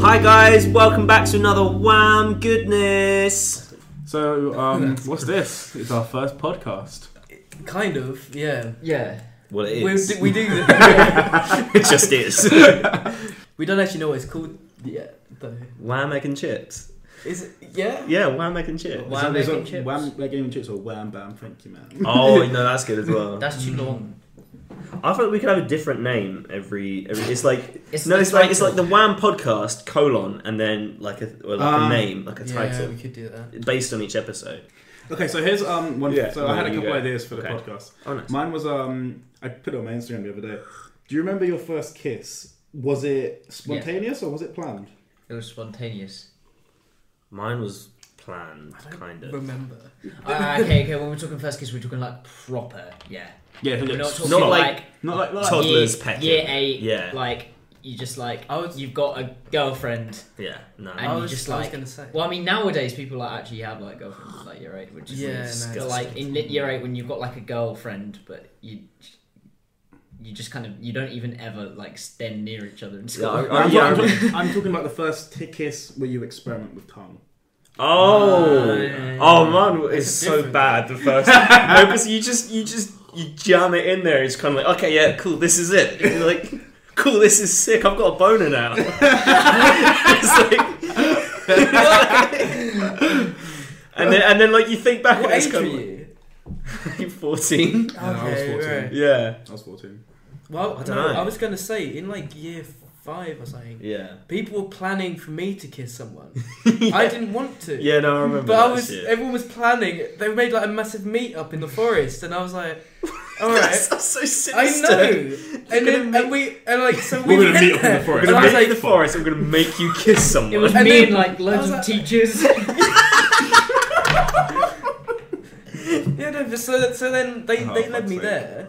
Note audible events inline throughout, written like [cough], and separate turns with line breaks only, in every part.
Hi guys, welcome back to another Wham Goodness.
So, um, what's this? It's our first podcast.
Kind of, yeah.
Yeah.
Well, it
We, we
is.
do. We,
[laughs]
do- [laughs]
it just is.
we don't actually know what it's called yet, though.
Wham egg and chips.
Is it? Yeah.
Yeah, wham egg and chips.
Wham
Is it-
egg and
is it
chips.
Wham, egg and chips or wham bam? Thank you, man.
Oh no, that's good as well.
That's too long.
I thought we could have a different name every. every it's like
It's
no,
the
it's like it's like
title.
the Wham podcast colon and then like a or like a
Um,
name like a title
we could do that.
based on each episode.
Okay, so here's um one.
Yeah,
so I had a
there you
couple
go.
ideas for the
Okay.
podcast.
Oh nice.
Mine was um I put it on my Instagram the other day. Do you remember your first kiss? Was it spontaneous or was it planned?
It was spontaneous.
Mine was planned, kind of.
Remember.
Ah, okay, okay. When we're talking first kiss, we're talking like proper. Yeah.
Yeah,
We're not talking
not like-
like,
not like, not like
Todd- toddlers
year,
pecking.
year eight.
Yeah.
Like you just like oh,
I was-
you've got a girlfriend.
Yeah, no.
And
I
you
was
just
I was
like-
gonna say.
Well, I mean, nowadays people like actually have like girlfriends like year eight, which is
Yeah,
weird.
no, it's
But, like in lit year eight when you've got like a girlfriend, but you you just kind of you don't even ever like stand near each other in
Yeah,
school.
I-
No, I'm,
yeah,
I'm
I remember.
talking, I'm talking about the first t- kiss where you experiment with tongue.
Oh,
Ah, yeah, yeah,
oh,
yeah.
mine is
It's
so
different.
bad. The first,
[laughs]
no, because you just, you just, you jam it in there. It's kind of like, okay, yeah, cool, this is it. You're like, cool, this is sick. I've got a boner now. [laughs] it's like, [laughs] and then, and then, like you think back [laughs]
what
and
age
it's
were
kind of
you?
like, [laughs] fourteen.
Yeah, I was 14.
right.
Yeah,
I was
[laughs]
14.
Well,
I
I,
don't
no,
know.
I was gonna say in like year five or something,
yeah,
people were planning for me to
[laughs]
kiss someone. I
yeah.
didn't want to.
yeah no, I remember.
But I
that
was.
shit.
Everyone was planning. They made like a massive meet up in the forest, and I
[laughs]
was like, "All right,
That's, [laughs] that's so
I
sinister.
know." And
gonna
then
make-
and we and like so we
We're gonna
went
meet up in
there,
the
I'm
forest.
and
gonna
I
make
was
you
like,
the forest. I'm gonna make you kiss
[laughs]
someone.
[laughs] It was
And
me
then-
and like
I was
loads of
[laughs]
like-
teachers.
Yeah, no, but so, so then they,
Oh,
they led me
fuck's sake.
there.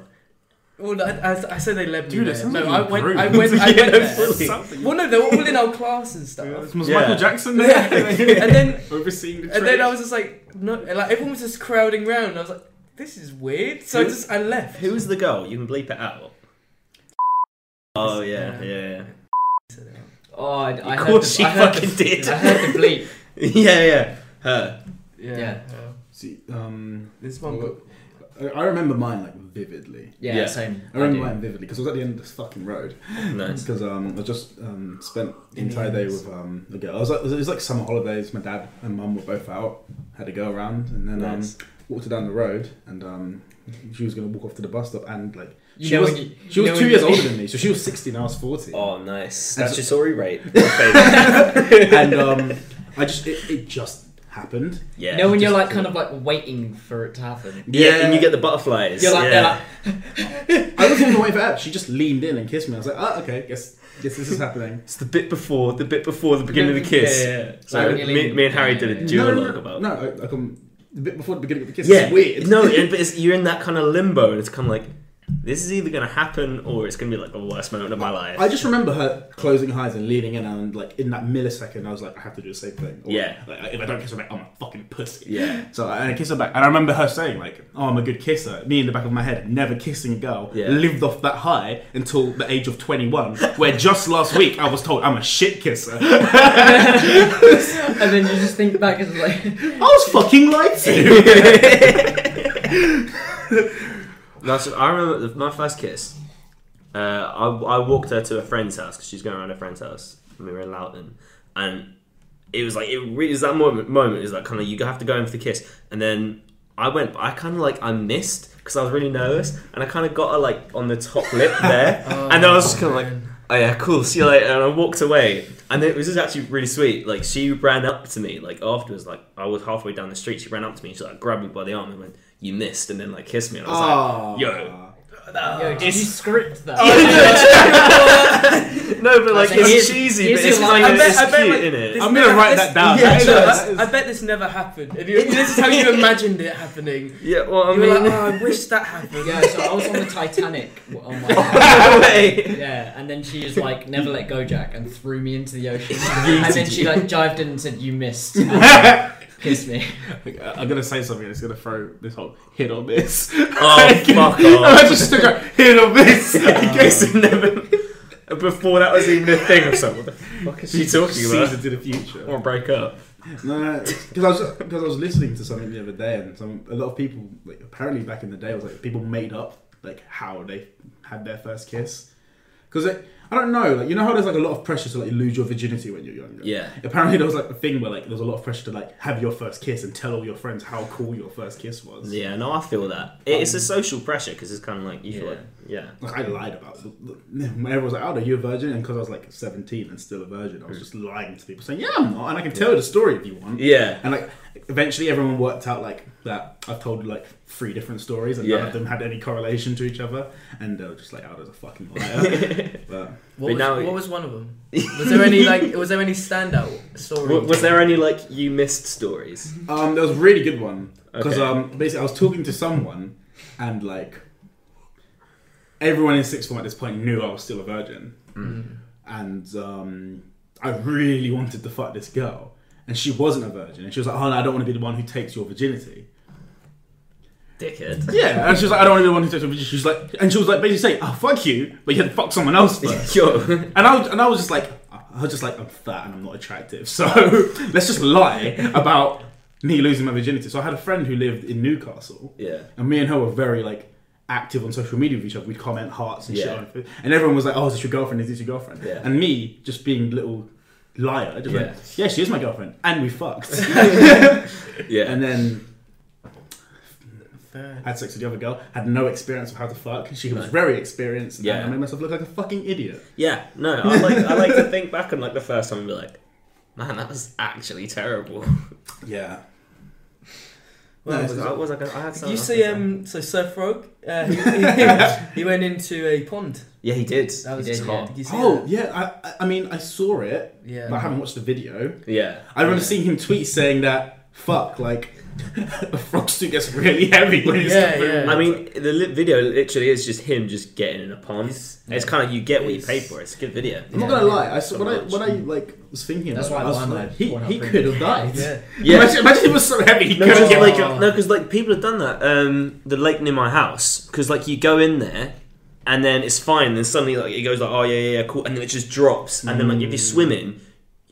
Well, I, I, I say they led me
Dude, it
there.
sounds
No,
like
I
you
went,
grew.
I went, I
Yeah,
went
no,
there.
fully.
Something.
Well, no, they were all in our class
[laughs]
and
Yeah,
stuff.
Was
Yeah.
Michael Jackson [laughs] there?
[laughs] Yeah. and then
Overseeing the
and then I
trade?
was just like, no, and, like everyone was just crowding round. and I was like, this is weird. So I
Who-
just I left.
Who was the girl? You can bleep it out. Oh yeah, yeah, yeah.
Oh, I, I
Of
heard
course she
the, I heard
fucking
the,
did.
I heard the bleep.
Yeah, [laughs] yeah. Her.
Yeah.
Yeah.
uh,
See, um,
this one.
Well, I I remember mine like vividly.
Yeah,
Yeah.
same.
I remember mine vividly because I was at the end of this fucking road.
Nice.
Because um, I just um, spent the
In the
entire day
Hamptons.
with um, a girl. I was like, it was like summer holidays. My dad and mum were both out, had a go around, and then
Nice.
um, walked her down the road. And um, she was going to walk off to the bus stop. And like,
You
she
know
was,
when you-
she
you
was
know
two
when
years
you- [laughs]
older than me, so she was 16, I was 40.
Oh, nice.
And so-
Statutory rape. My favourite.
[laughs] and um, I just, it, it just happened.
yeah.
you know when you're
just
like
thought-
kind of like waiting for it to happen.
yeah, and you
Yeah.
get the butterflies.
You're like,
yeah.
I wasn't even waiting for her. She just leaned in and kissed me. I was like, oh, okay, guess, guess this is happening.
it's the bit before the bit before the beginning of the kiss.
Yeah, yeah, yeah.
So
Like,
me, me and Harry did a
yeah.
no,
duologue
no,
about.
No, I, I come, the bit before the beginning of the kiss
Yeah,
is weird.
No,
[laughs]
and, but it's, you're in that kind of limbo, and it's kind of like this is either gonna happen or it's gonna be like the worst moment of my life.
I just remember her closing her eyes and leaning in, and like in that millisecond, I was like, I have to do the same thing. Or,
Yeah.
Like, if I don't kiss her back, I'm a fucking pussy.
yeah.
So and I kiss her back, and I remember her saying like, "Oh, I'm a good kisser." Me in the back of my head, never kissing a girl,
Yeah.
lived off that high until the age of 21, where just last week I was told I'm a shit kisser. I
[laughs] And then you just think back and it's like,
was fucking lied
[laughs]
to.
No, so I remember the, my first kiss. Uh, I, I walked her to a friend's house because she's going around her friend's house. And we were in Loughton, and it was like it really was that moment. Moment it was like kind of you have to go in for the kiss, and then I went. But I kind of like I missed because I was really nervous, and I kind of got her like on the top lip there, and then I was just kind of like. Oh yeah, cool. See you later. And I walked away, and it was just actually really sweet. Like she ran up to me, like afterwards, like I was halfway down the street. She ran up to me, and she like grabbed me by the arm and went, "You missed," and then like kissed me. And I was like,
Oh.
Yo.
yo, did
[laughs]
you script that?
[laughs]
No, but like
I was like,
it's
here's-
cheesy,
here's
but it's
your
kind
line.
of
I bet-
it's
I bet,
cute,
like,
innit?
this-
I'm gonna write that down.
Yeah,
That is-
no,
that is-
I bet this never happened. If you, this is how
[laughs]
you imagined it happening.
Yeah, well, I
You were
mean, [laughs]
like, oh, I wish that happened.
yeah, so I was on the Titanic.
[laughs]
On my
[laughs] no
Oh.
way.
yeah, and then she was like, never let go, Jack, and threw me into
[laughs]
the ocean. and then she like jived in and said, you missed. And kissed me.
[laughs] I'm gonna say something that's gonna throw this whole hit on this.
[laughs] Oh, fuck
[laughs] I
off. [laughs]
just took a hit on this.
In case it never. [laughs] before that was even a thing. I was like, what the fuck is she talking
Sees
about?
into the
I
future.
want to break up.
No, because I was because I was listening to something the other day, and some a lot of people like, apparently back in the day was like people made up like how they had their first kiss. Because I don't know, like you know how there's like a lot of pressure to like lose your virginity when you're younger.
Yeah.
Apparently there was like a thing where like there was a lot of pressure to like have your first kiss and tell all your friends how cool your first kiss was.
Yeah, no, I feel that. It- It's a social pressure because it's kind of like, you feel
Yeah.
like, Um, yeah.
Like I lied about it. [laughs] Everyone was like, "Oh, no, you're a virgin," and because I was like 17 and still a virgin, I was just lying to people saying, "Yeah, I'm not," and I can tell you the story if you want.
Hmm. Yeah.
And like eventually everyone worked out like that I've told like three different stories and none
Yeah.
of them had any correlation to each other and they were just like, Oh, there's a fucking
[laughs]
liar. but
What,
But
was,
now-
what was one of
[laughs]
them? Was there any like? Was there any standout story?
W- was there any, like, you missed stories?
um there was a really good one. Because
Okay.
um basically I was talking to someone and like everyone in sixth form at this point knew I was still a virgin. Mm-hmm. And um I really wanted to fuck this girl. And she wasn't a virgin and she was like, Oh no, I don't want to be the one who takes your virginity.
Dickhead.
Yeah, and she was like, I don't want to be the one who takes your virginity. She was like, and she was like, basically saying, oh, fuck you, but you had to fuck someone else
[laughs]
first.
Yo.
And I, was- and I was just like, I was just like, I'm fat and I'm not attractive, so [laughs] let's just lie about me losing my virginity. So I had a friend who lived in Newcastle,
Yeah.
and me and her were very like active on social media with each other. We'd comment hearts and
Yeah.
shit, on, and everyone was like, oh, is this your girlfriend? Is this your girlfriend?
Yeah.
And me just being little liar, just
Yeah.
like, yeah, she is my girlfriend, and
[laughs]
we fucked.
Yeah.
and then
Fair.
had sex with the other girl, had no experience of how to fuck. She was
No.
very experienced, and
Yeah.
I made myself look like a fucking idiot.
yeah, no, I like, I like to think back on, like, the first time and be like, man, that was actually
[laughs]
terrible.
Yeah.
Well,
No,
I was,
it's-
I was like, I had
Did
something
you
else
see?
to say.
Um. So Surf Rogue,
[laughs]
uh, he, he, he went into a pond.
Yeah, he did.
That was
He did,
top.
yeah.
Did you see
Oh yeah, I- I, I mean I saw it,
that? Yeah.
but I haven't watched the video.
Yeah.
I remember seeing him tweet saying that fuck like [laughs] a frog suit gets really heavy when it's
Yeah,
not very-
yeah.
I mean, the li- video literally is just him just getting in a pond. It's,
It's-
kind of you get what you
it's-
pay for. It's a good
[laughs]
video.
I'm not
Yeah.
gonna lie. I saw,
So
when I
much.
when I like was thinking
That's
about
why
it, I was
Pornhub-
like, he,
Pornhub
he
printed
could have
it.
died.
yeah.
[laughs]
Yeah.
Imagine, imagine if it was so heavy he
No, because
couldn't
Oh.
get
like,
like uh, up.
no, 'cause, like, people have done that. Um, the lake near my house, because like you go in there, and then it's fine. Then suddenly like it goes like, oh yeah, yeah, yeah, cool, and then it just drops. And then like if you
Mm.
swim in,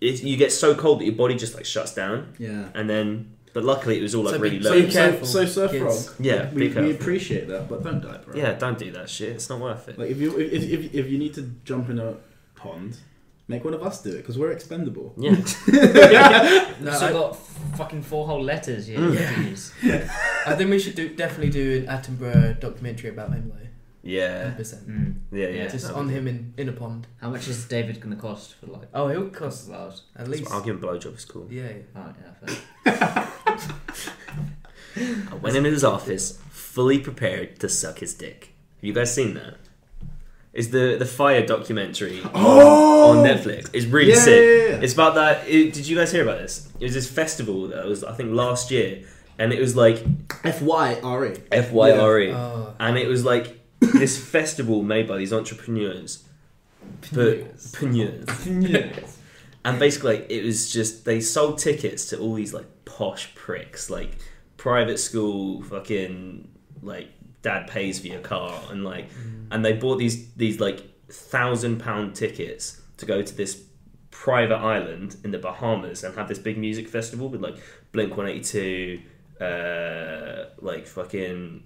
it, you get so cold that your body just like shuts down.
Yeah.
And then, but luckily it was all like
So be-
really
so
low.
So,
Be
so,
careful,
so Surf
kids.
Frog.
Yeah,
we,
be
we
careful.
appreciate that, but don't die, bro.
yeah, don't do that shit. It's not worth it.
Like if you if, if, if you need to jump in a pond, make one of us do it because we're expendable.
[laughs] yeah,
No,
so
I-
I got f- fucking four whole letters. Yeah,
Mm.
yeah. Use.
I think we should do definitely do an Attenborough documentary about him, though.
yeah,
100%.
Mm.
yeah, yeah.
Yeah,
Just
That would
on
be-
him in, in a pond.
How much is David gonna cost for like?
Oh, he'll cost
Alright,
at least.
I'll give him a blowjob. It's cool.
Yeah.
Oh, yeah, fair.
I went into his office fully prepared to suck his dick. Have you guys seen that? It's the the fire documentary on-
Oh!
on Netflix. It's really
Yeah,
sick.
yeah, yeah, yeah.
It's about that. it- did you guys hear about this? It was this festival that was I think last year, and it was like
F Y R E.
FYRE,
Oh.
[coughs] and it was like this festival made by these entrepreneurs, but preneurs. And basically, like, it was just they sold tickets to all these like posh pricks, like private school, fucking like dad pays for your car, and like, and they bought these these like thousand pound tickets to go to this private island in the Bahamas and have this big music festival with like Blink One Eighty Two, uh, like fucking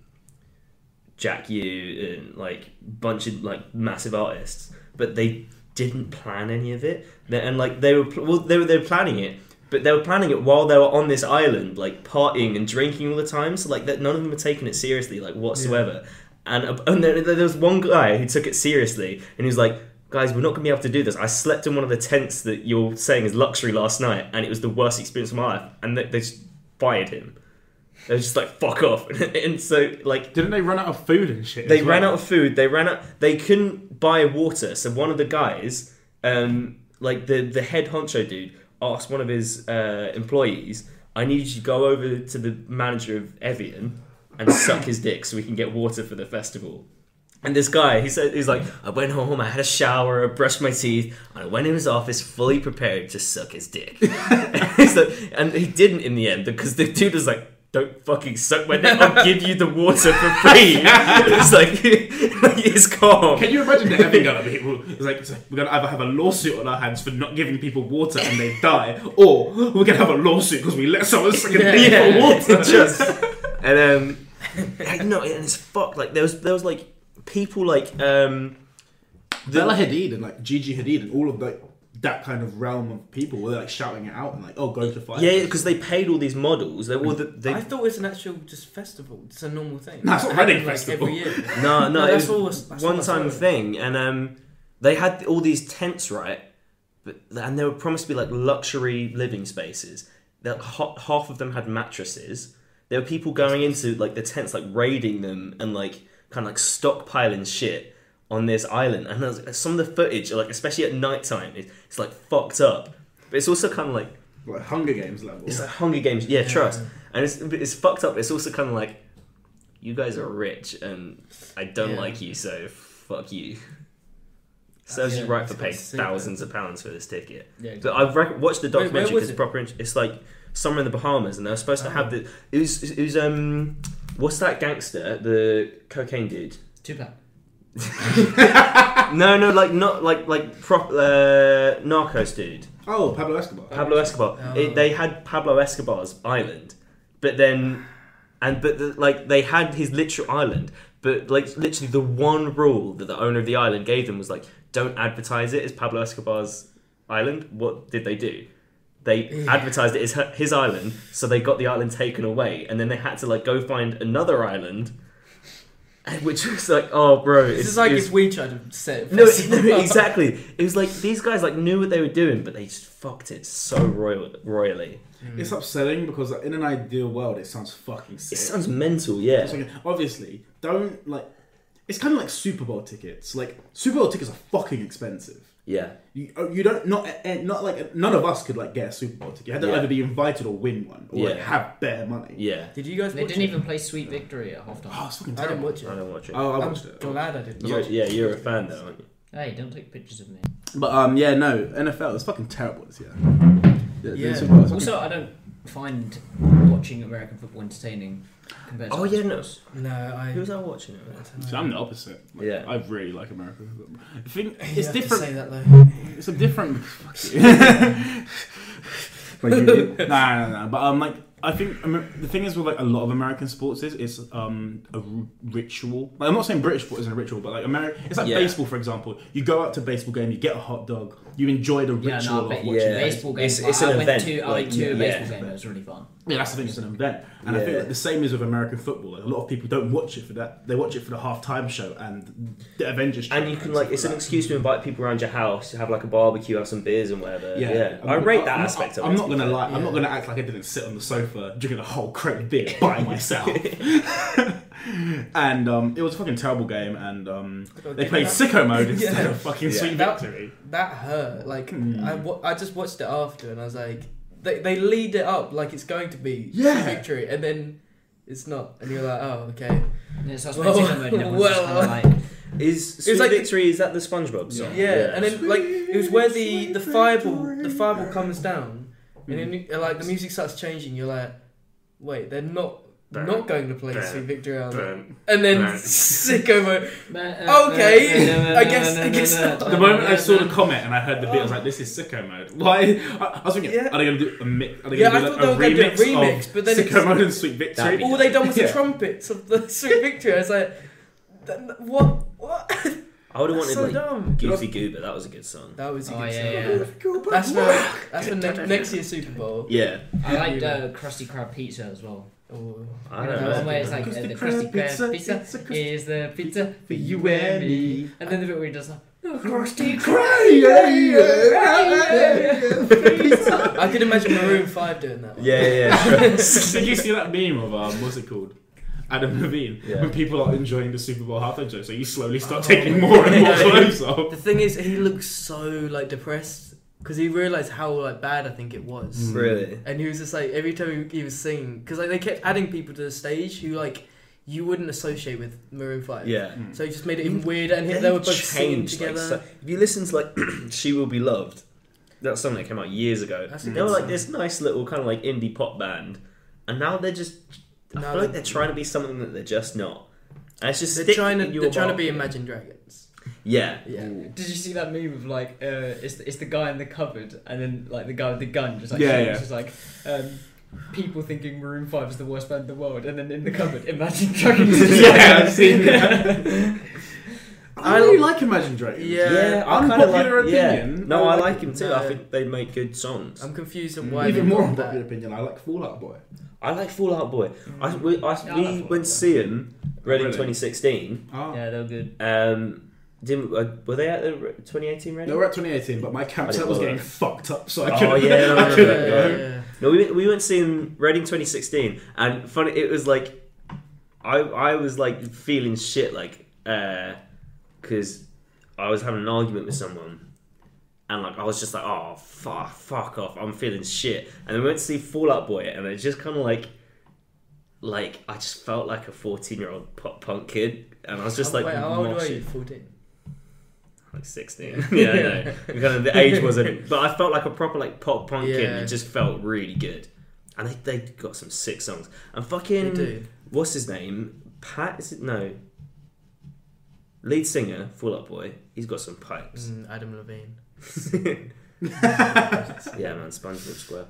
Jack U and like bunch of like massive artists, but they didn't plan any of it. They- And like they were pl- well, they were they were planning it, but they were planning it while they were on this island, like partying and drinking all the time. So like that none of them were taking it seriously, like whatsoever. And uh, and there, there was one guy who took it seriously, and he was like. Guys, we're not gonna be able to do this. I slept in one of the tents that you're saying is luxury last night, and it was the worst experience of my life. And they, they just fired him. They were just like, "Fuck off!" [laughs] and so, like,
Didn't they run out of food and shit?
they
as
ran
well?
out of food. They ran out. They couldn't buy water. So one of the guys, um, like the the head honcho dude, asked one of his uh, employees, "I need you to go over to the manager of Evian and suck his dick so we can get water for the festival." And this guy, he said, he's like, I went home, I had a shower, I brushed my teeth, and I went in his office fully
[laughs]
[laughs] prepared to suck his dick. so, and he didn't in the end because the dude was like, don't fucking suck my dick. I'll give you the water for
[laughs]
free. [laughs] it's like, [laughs] it's calm.
Can you imagine the having other people? [laughs] It's like, it's like we're gonna either have a lawsuit on our hands for not giving people water and they die, or we're gonna have a lawsuit because we let someone suck a
Yeah,
dick
yeah.
for water.
[laughs]
[laughs]
just and um like, no and it's fucked like there was there was like people like um
Bella Hadid and like Gigi Hadid and all of like that kind of realm of people were like shouting it out and like, oh, go to fight.
yeah because they paid all these models they were the, they
I thought it was an actual just festival. It's a normal thing.
No, it's not
It
Reading
happens, like,
Festival.
Every year.
[laughs] no no
No,
it
that's
was
all- that's all
one
I
time
saw.
thing and um they had all these tents right but and they were promised to be like luxury living spaces that ho- half of them had mattresses there were people going into like the tents like raiding them and like kind of like stockpiling shit on this island and there's, some of the footage like especially at night time it, it's like fucked up but it's also kind of like
Like Hunger Games level.
it's like Hunger Games, yeah, trust. And it's it's fucked up. It's also kind of like, you guys are rich, and I don't
Yeah.
like you, so fuck you. Serves
yeah,
you right
it's
for
got
paying
to see that.
thousands of pounds for this ticket.
Yeah,
But I've rec- watched the
Wait, where
documentary
was
because
it?
it's proper. int- It's like somewhere in the Bahamas, and they're supposed to
Oh.
have the. It was it was um, what's that gangster? The cocaine dude. [laughs]
Tupac.
No, no, like not like like prop uh, narcos dude.
oh, Pablo Escobar.
Pablo Escobar.
Oh.
It, they had Pablo Escobar's island, but then, and but the, like they had his literal island, but like literally the one rule that the owner of the island gave them was like, don't advertise it as Pablo Escobar's island. What did they do? They advertised it as her- his island, so they got the island taken away, and then they had to like go find another island, [laughs] and which was like, oh, bro,
This
it's-
is like
it's
if we tried to
[laughs]
set. a
no,
festival
no,
up.
exactly. It was like these guys like knew what they were doing, but they just fucked it so royal, royally.
It's upsetting because like, in an ideal world, it sounds fucking
It
sick.
sounds mental, yeah.
It's like, obviously, don't like. It's kind of like Super Bowl tickets. Like Super Bowl tickets are fucking expensive.
Yeah,
You, oh, you don't not eh, not like none of us could like get a Super Bowl ticket. You had to
Yeah.
either be invited or win one or like,
Yeah.
have bare money.
yeah.
Did you guys?
They
watch
didn't
it?
even play Sweet Victory at
Oh, [gasps]
halftime.
it's fucking
I didn't
terrible.
watch it.
I don't watch it.
Oh, I
I'm
watched it.
glad I didn't.
You're,
watch it.
yeah, you're a fan though, aren't you?
Hey, don't take pictures of me.
But um, yeah, no NFL is fucking terrible this year. The- the
Yeah.
Super Bowl is fucking-
Also, I don't find watching American football entertaining compared to
Oh yeah, no.
No, I.
Who was I watching it
I
with?
don't know.
See, I'm the opposite. Like,
Yeah.
I really like American football. I think
[laughs] You
it's
have to
different.
Say that though.
It's a different.
[laughs]
Fuck you. like you, [laughs] nah, nah, nah. But um, like I think Amer- the thing is with like a lot of American sports is it's um a r- ritual. Like I'm not saying British sport isn't a ritual, but like America, it's like
Yeah.
baseball for example. You go out to a baseball game, you get a hot dog, you enjoy the
Yeah,
ritual
no,
of
but
watching.
yeah.
it.
baseball games.
It's- it's
I,
an
went
event,
to I
like,
went to a
yeah.
baseball game. It was really fun.
Yeah, that's the thing. It's an event, and I think
Yeah.
like, the same is with American football. Like, a lot of people don't watch it for that. They watch it for the halftime show and the Avengers.
And
show
you can
stuff
like, it's an
that.
excuse to invite people around your house to have like a barbecue, have some beers and whatever. Yeah, I
I'm-
rate that
I'm not-
aspect of it.
I'm
to
not
be
gonna
fair.
lie. I'm
Yeah.
not gonna act like I didn't sit on the sofa drinking a whole crate of beer
[laughs]
by myself. [laughs] and um, it was a fucking terrible game, and um, they played sicko
[laughs]
mode instead
Yeah.
of fucking
Yeah.
sweet
That-
victory.
That hurt. Like
Hmm.
I, wa- I just watched it after, and I was like, they, they lead it up like it's going to be
Yeah.
victory, and then it's not, and you're like, oh okay.
Yeah, so I was
Well,
playing Sicko Mode and everyone's just
well.
kind of like,
Is Sweet
like-
Victory? Is that the SpongeBob
Yeah.
song?
Yeah, and then like it was where the the fireball the fireball comes down, and then you- like the music starts changing. You're like, wait, they're not.
Bam,
Not going to play
bam,
Sweet Victory Island.
Bam.
And then
bam.
[laughs] sicko mode.
[laughs] "Uh,
Okay,
uh,
I guess-
no,
I
no,
guess
[laughs] no,
not."
no,
The
no,
moment I
no,
saw
no,
the comment and I heard the beat, I was like, "This is sicko mode." [laughs] Why? I, I was thinking,
Yeah.
are they gonna do a mi- Are they gonna
Yeah, I
do
thought
like,
they were
a
gonna do a
remix,
remix,
of
but then
sicko
it's-
mode and sweet
That'd
victory?
be-
All they done was the
Yeah.
trumpets of the [laughs] Sweet Victory. I was like, th- what? What?
I would have wanted
That's so
like
dumb.
Goofy Goober. That was a good song.
That was a
Oh,
good [laughs]
yeah,
song.
yeah.
That's for that's for ne- next year's Super Bowl.
Yeah,
I liked uh, Krusty Krab pizza as well.
Oh.
I
The
don't
one
know.
where it's like uh,
Krusty
the
Krab
Krusty Krab
pizza,
pizza,
pizza, Krusty-
is the pizza for you
and
and me.
me.
And then the bit where he does like, "Oh,
Krusty
Krusty Krab.
Krab.
I could imagine Maroon Five doing that.
[laughs]
One.
Yeah, yeah, yeah. sure.
Did you see that meme of um, what's it called? Adam Levine.
Yeah.
When people are enjoying the Super Bowl halftime show, so you slowly start
Oh.
taking more and more
[laughs] Yeah.
clothes off.
The thing is, he looks so like depressed because he realized how like bad I think it was,
[laughs]
Mm.
really.
and he was just like every time he, he was singing because like they kept adding people to the stage who like you wouldn't associate with Maroon Five.
Yeah.
So he just made it even weirder, and he, they were both singing
changed, like,
together.
so- if you listen to like [clears throat] "She Will Be Loved," that's something that came out years ago.
That's a
they
good
were like
song.
this nice little kind of like indie pop band, and now they're just. I
Now
feel like
they're-
they're trying to be something that they're just not. And it's just
They're
stick
trying to
in your
they're trying to
market.
be Imagine Dragons.
Yeah,
Yeah.
[laughs] Did you see that meme of like uh, it's the, it's the guy in the cupboard and then like the guy with the gun just like
Yeah,
shoots,
yeah.
just like um, people thinking Maroon Five is the worst band in the world and then in the cupboard Imagine [laughs] Dragons.
[laughs]
is
Yeah,
there.
I've seen that. I
I
really like Imagine Dragons.
Yeah,
I kinda
unpopular
like, yeah.
opinion.
No,
I
I
like-
like him too. I
No.
think they make good songs.
I'm confused
Mm.
on why
Even
they
more
got that.
unpopular opinion. I like Fallout Boy.
I like Fallout Boy.
Mm.
I we, I, we
Yeah, I like Fall Out
went
Boy.
to see him Reading
Really?
2016.
Oh.
[laughs] Yeah, they're good.
Um, didn't uh, were they at the re- 2018 Reading?
They were at 2018, but my
I
campsite
didn't
was
bother.
getting fucked up, so I
Oh,
couldn't.
yeah, no,
[laughs] I
no,
couldn't
no,
go.
yeah, No, we went, we went to see him Reading 2016, and funny, it was like I I was like feeling shit, like because I was having an argument with someone, and like I was just like, oh fuck, fuck off, I'm feeling shit, and then we went to see Fallout Boy, and it's just kind of like. Like I just felt like a fourteen-year-old pop punk kid, and I was just
Oh,
like,
wait, how old were
moshing.
you? 14.
like sixteen. [laughs] yeah, I know. Kind of the age
[laughs]
wasn't, but I felt like a proper like pop punk kid. And
Yeah.
it just felt really good, and they they got some sick songs. And
They
fucking
do.
what's his name? Pat is it no? Lead singer, Fall Out Boy. He's got some pipes.
Mm, Adam Levine. Mm.
[laughs] yeah, man, SpongeBob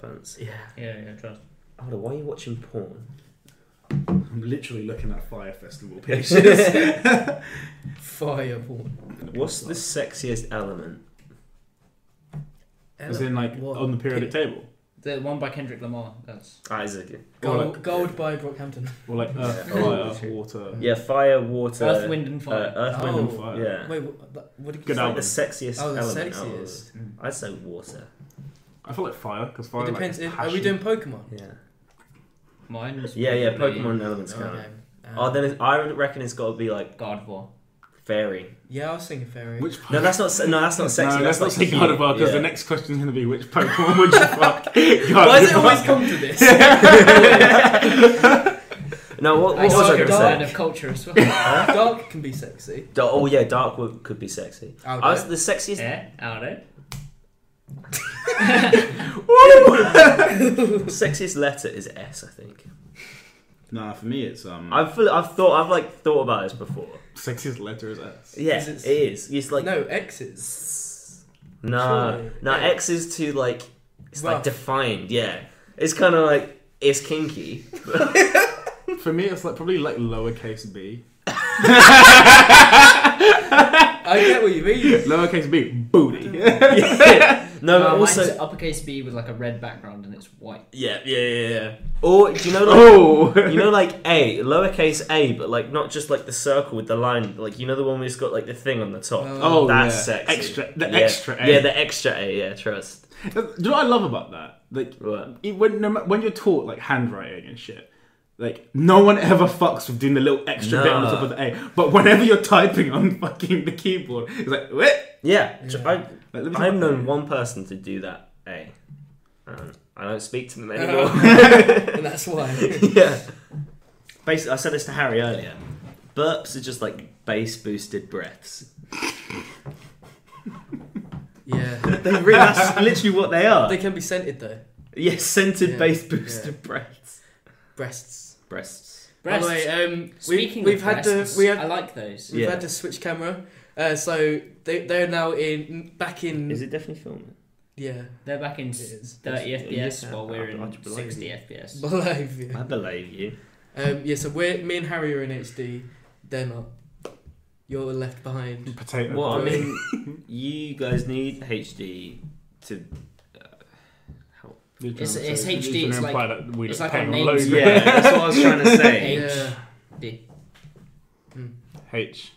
SquarePants.
Yeah.
Yeah, yeah, trust.
Hold on, why are you watching porn?
[laughs] I'm literally looking at Fire
[laughs]
Festival pictures.
Fireball.
What's the sexiest element?
As in, like,
What?
on the periodic table.
The one by Kendrick Lamar. That's
Ah, is it?
Or
Gold,
like,
gold by Brockhampton. [laughs]
or like Earth,
Yeah.
Fire, Water.
Yeah, fire, water,
Earth, Wind, and
uh,
Fire.
earth,
Oh.
wind, and
and Fire.
yeah.
Wait, what, that- what did you
Good
say?
Like
album.
the sexiest
Oh, the
element. out of-
sexiest.
I'd say water.
I feel like Fire, because Fire
it depends.
Like,
if-
is
are we
passion.
doing Pokemon?
Yeah.
mine. was
Yeah, yeah,
probably
Pokemon elements count.
Okay. Um,
Oh, then it's, I reckon it's got to be like
Gardevoir.
fairy.
yeah, I was thinking fairy.
Which
No, that's not. se- No, that's not sexy.
No,
that's
let's not
like
say God of War because
yeah.
the next question is going to be which Pokemon
[laughs]
would you fuck?
[laughs] Why
God
does it
of
always
War.
come to this?
No, what, what
I
was I
saw
going to
Dark
say?
of culture
[laughs]
as well.
Dark can be sexy.
Da- oh yeah, dark wood could be sexy.
I'll do
I was
it.
the sexiest.
yeah, I don't know.
sexiest letter is S. I think.
Nah, for me it's um.
I've full- I've thought I've like thought about this before.
Sexiest letter is S.
Yeah,
Is
it
it-
is. It's like
[laughs] no X's.
no,
Surely.
no.
Yeah.
X is too like it's like
Rough.
defined. Yeah, it's kind of like it's kinky. [laughs]
For me it's like probably like lowercase b.
I get what you mean.
Lowercase b booty.
[laughs]
[laughs]
No, but
Uh,
also
mine's uppercase B with like a red background and it's white.
yeah, yeah, yeah, yeah. Or do you know like
oh.
you know like a lowercase a but like not just like the circle with the line like you know the one where it's got like the thing on the top
Oh,
that's
yeah.
sexy
Extra- the
Yeah.
extra A.
yeah the extra a yeah trust
Do you know what I love about that? Like
What?
it- when no, ma- when you're taught like handwriting and shit. Like no one ever fucks with doing the little extra bit on the
Nah.
top of the A, but whenever you're typing on fucking the keyboard, it's like wait.
yeah,
Yeah.
I,
Like, let me
I've
type-
known one person to do that a um, I don't speak to them [laughs]
Uh.
anymore
Um,
[laughs]
and that's why.
yeah basically I said this to Harry earlier burps are just like bass boosted breaths
Yeah.
they really,
[laughs]
that's literally what they are
[laughs] They can be scented though.
yeah scented
Yeah.
bass boosted
Yeah.
breaths
Breasts.
breasts
By the way, um, we,
Speaking
we've
of
had
breasts,
to we had
I like those.
we've
Yeah.
had to switch camera. Uh, so they they're now in back
Mm.
in
is it definitely filming
yeah [laughs]
They're back in
It is.
30
Yeah,
FPS
yeah,
while we're
I'd-
in
I'd believe
60
you.
FPS.
live. Yeah.
I believe you
Um, yeah. So we're me and Harry are in HD. They're not. You're left behind.
Potato.
Well, I
Right.
mean, [laughs] you guys need HD to. Uh, help.
It's- it's HD, it's like-
that we
it's
look
like
pale
our
and
names.
low.
Yeah, that's what I was trying to
[laughs]
say.
Yeah.
H.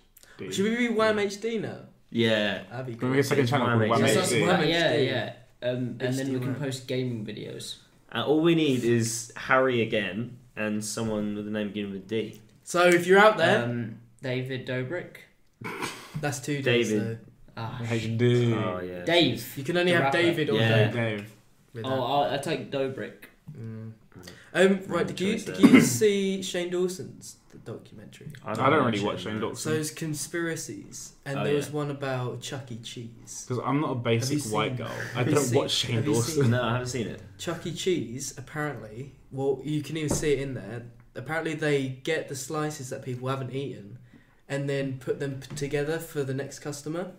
Should we be Wham HD now?
Yeah.
That'd be
Can we
cool.
get a second channel called
Wham
Wham
HD.
Yes,
HD?
Wham
yeah,
HD.
yeah. Um, and then we can
HDMI.
post gaming videos.
Uh, all we need is Harry again and someone with a name beginning with D.
So if you're out there,
Um, David Dobrik.
that's two days.
David.
David.
Ah,
Oh
HD.
yeah.
Dave.
You can only
The
have
rapper.
David or
Yeah.
David.
Dave.
with
Oh, I'll, I'll take Dobrik.
that. Mm. Um, right, did you,
choice
did
there.
you see Shane Dawson's the documentary?
I don't really watch Shane
So
Dawson
it's conspiracies, and
Oh,
there was
yeah.
one about Chuck E. Cheese.
because I'm not a
Have you
basic
seen-
white girl. I
have you
don't
[laughs]
seen-
watch Shane
have you
Dawson.
seen-
No, I haven't seen it.
Chuck E. Cheese apparently well, you can even see it in there. Apparently, they get the slices that people haven't eaten, and then put them p- together for the next customer.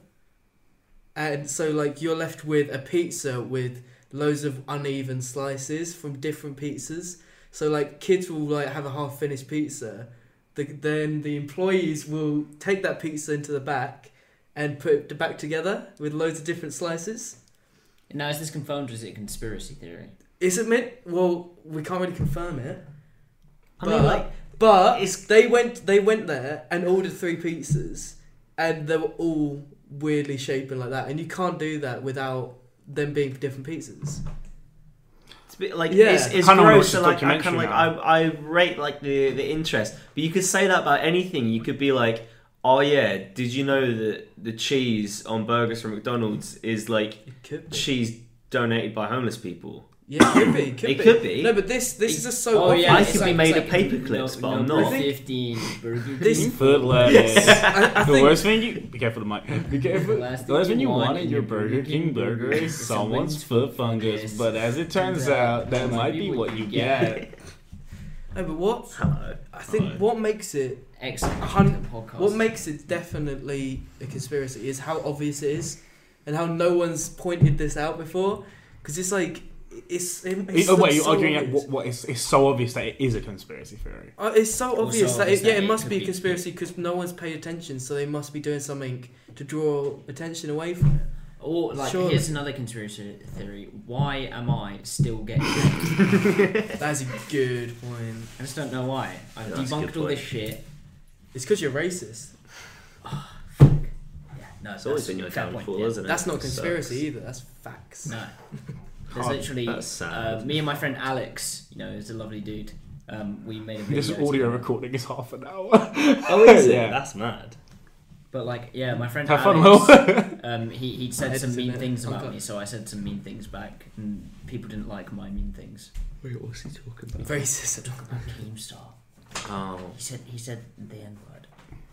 And so, like, you're left with a pizza with loads of uneven slices from different pizzas. So, like, kids will like have a half-finished pizza. The, then the employees will take that pizza into the back and put it back together with loads of different slices.
Now, is this confirmed or is it a conspiracy theory?
Is it meant? Well, we can't really confirm it.
I
But,
mean, like,
but
it's-
they went they went there and ordered three pizzas, and they were all weirdly shaping like that, and you can't do that without them being different pizzas.
It's a bit like
Yeah.
it's, it's
Kinda
gross.
watched
And
the
like I kind of
documentary
like I, I rate like the the interest, but you could say that about anything. You could be like, oh yeah, did you know that the cheese on burgers from McDonald's is like
It could be.
cheese donated by homeless people?
Yeah, it could be. Could
It
be.
could be.
No, but this this
It-
is a so.
oh yeah,
I
it's
could be
like-
made
it's
of
like
paper clips,
no-
but I'm
number
not. I think-
Fifteen Burger
This-
[laughs]
King.
Third letter.
[laughs]
I, I
The
think
worst thing you be careful of the mic. Be careful.
The last
The last
thing
thing
you
you
want
want
in
in your
your
Burger
Burger
King
King
burger
burger
is
is
someone's
someone's
foot
fungus.
fungus, but as it turns out, that might be what you get.
no, but what
Hello.
I think
Right.
what makes it
Excellent
Hun-
podcast.
what makes it definitely a conspiracy is how obvious it is, and how no one's pointed this out before, because it's like it's. It, it's
oh, wait, you're
so
arguing at
obvious.
what, what it's, it's so obvious that it is a conspiracy theory.
Uh, it's so
Also
obvious that
obvious
it, yeah,
that
it
it
must
could
be a
be-
conspiracy because no one's paid attention, so they must be doing something to draw attention away from it.
Or like,
Surely.
here's another conspiracy theory. Why am I still getting? [coughs]
That's a good point.
I just don't know why. I've
Yeah, that's a good
debunked all this
point.
shit.
It's because you're racist.
Yeah, no,
It's always
that's-
been your
fair point,
downfall,
yeah.
isn't it?
That's not
Sucks.
conspiracy either. That's facts.
[laughs]
No. There's
Oh,
literally
that's sad.
Uh, me and my friend Alex. You know, is a lovely dude. Um, we made a video.
This audio
together.
recording is half an hour.
Oh, is it?
Yeah.
That's mad.
But like, yeah, my friend
Have fun,
Alex.
Will.
[laughs]
um, he he
I
said
edited
some mean
it.
things
Oh,
about
God.
me, so I said some mean things back, and people didn't like my mean
[laughs]
things.
Wait, what's he talking
[laughs] Racist.
Talk about Keemstar.
Oh,
He said he said the N word.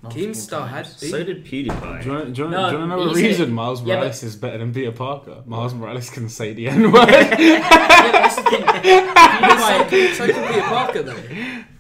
Keemstar had
so did
Do you
[laughs] PewDiePie.
wanna- do you
No,
wanna- do you wanna know a
he said-
reason Miles
yeah, but-
Morales is better than Peter Parker? Miles Morales can say the [laughs] N word.
yeah, but that's the thing. PewDiePie,
so could be a Parker though.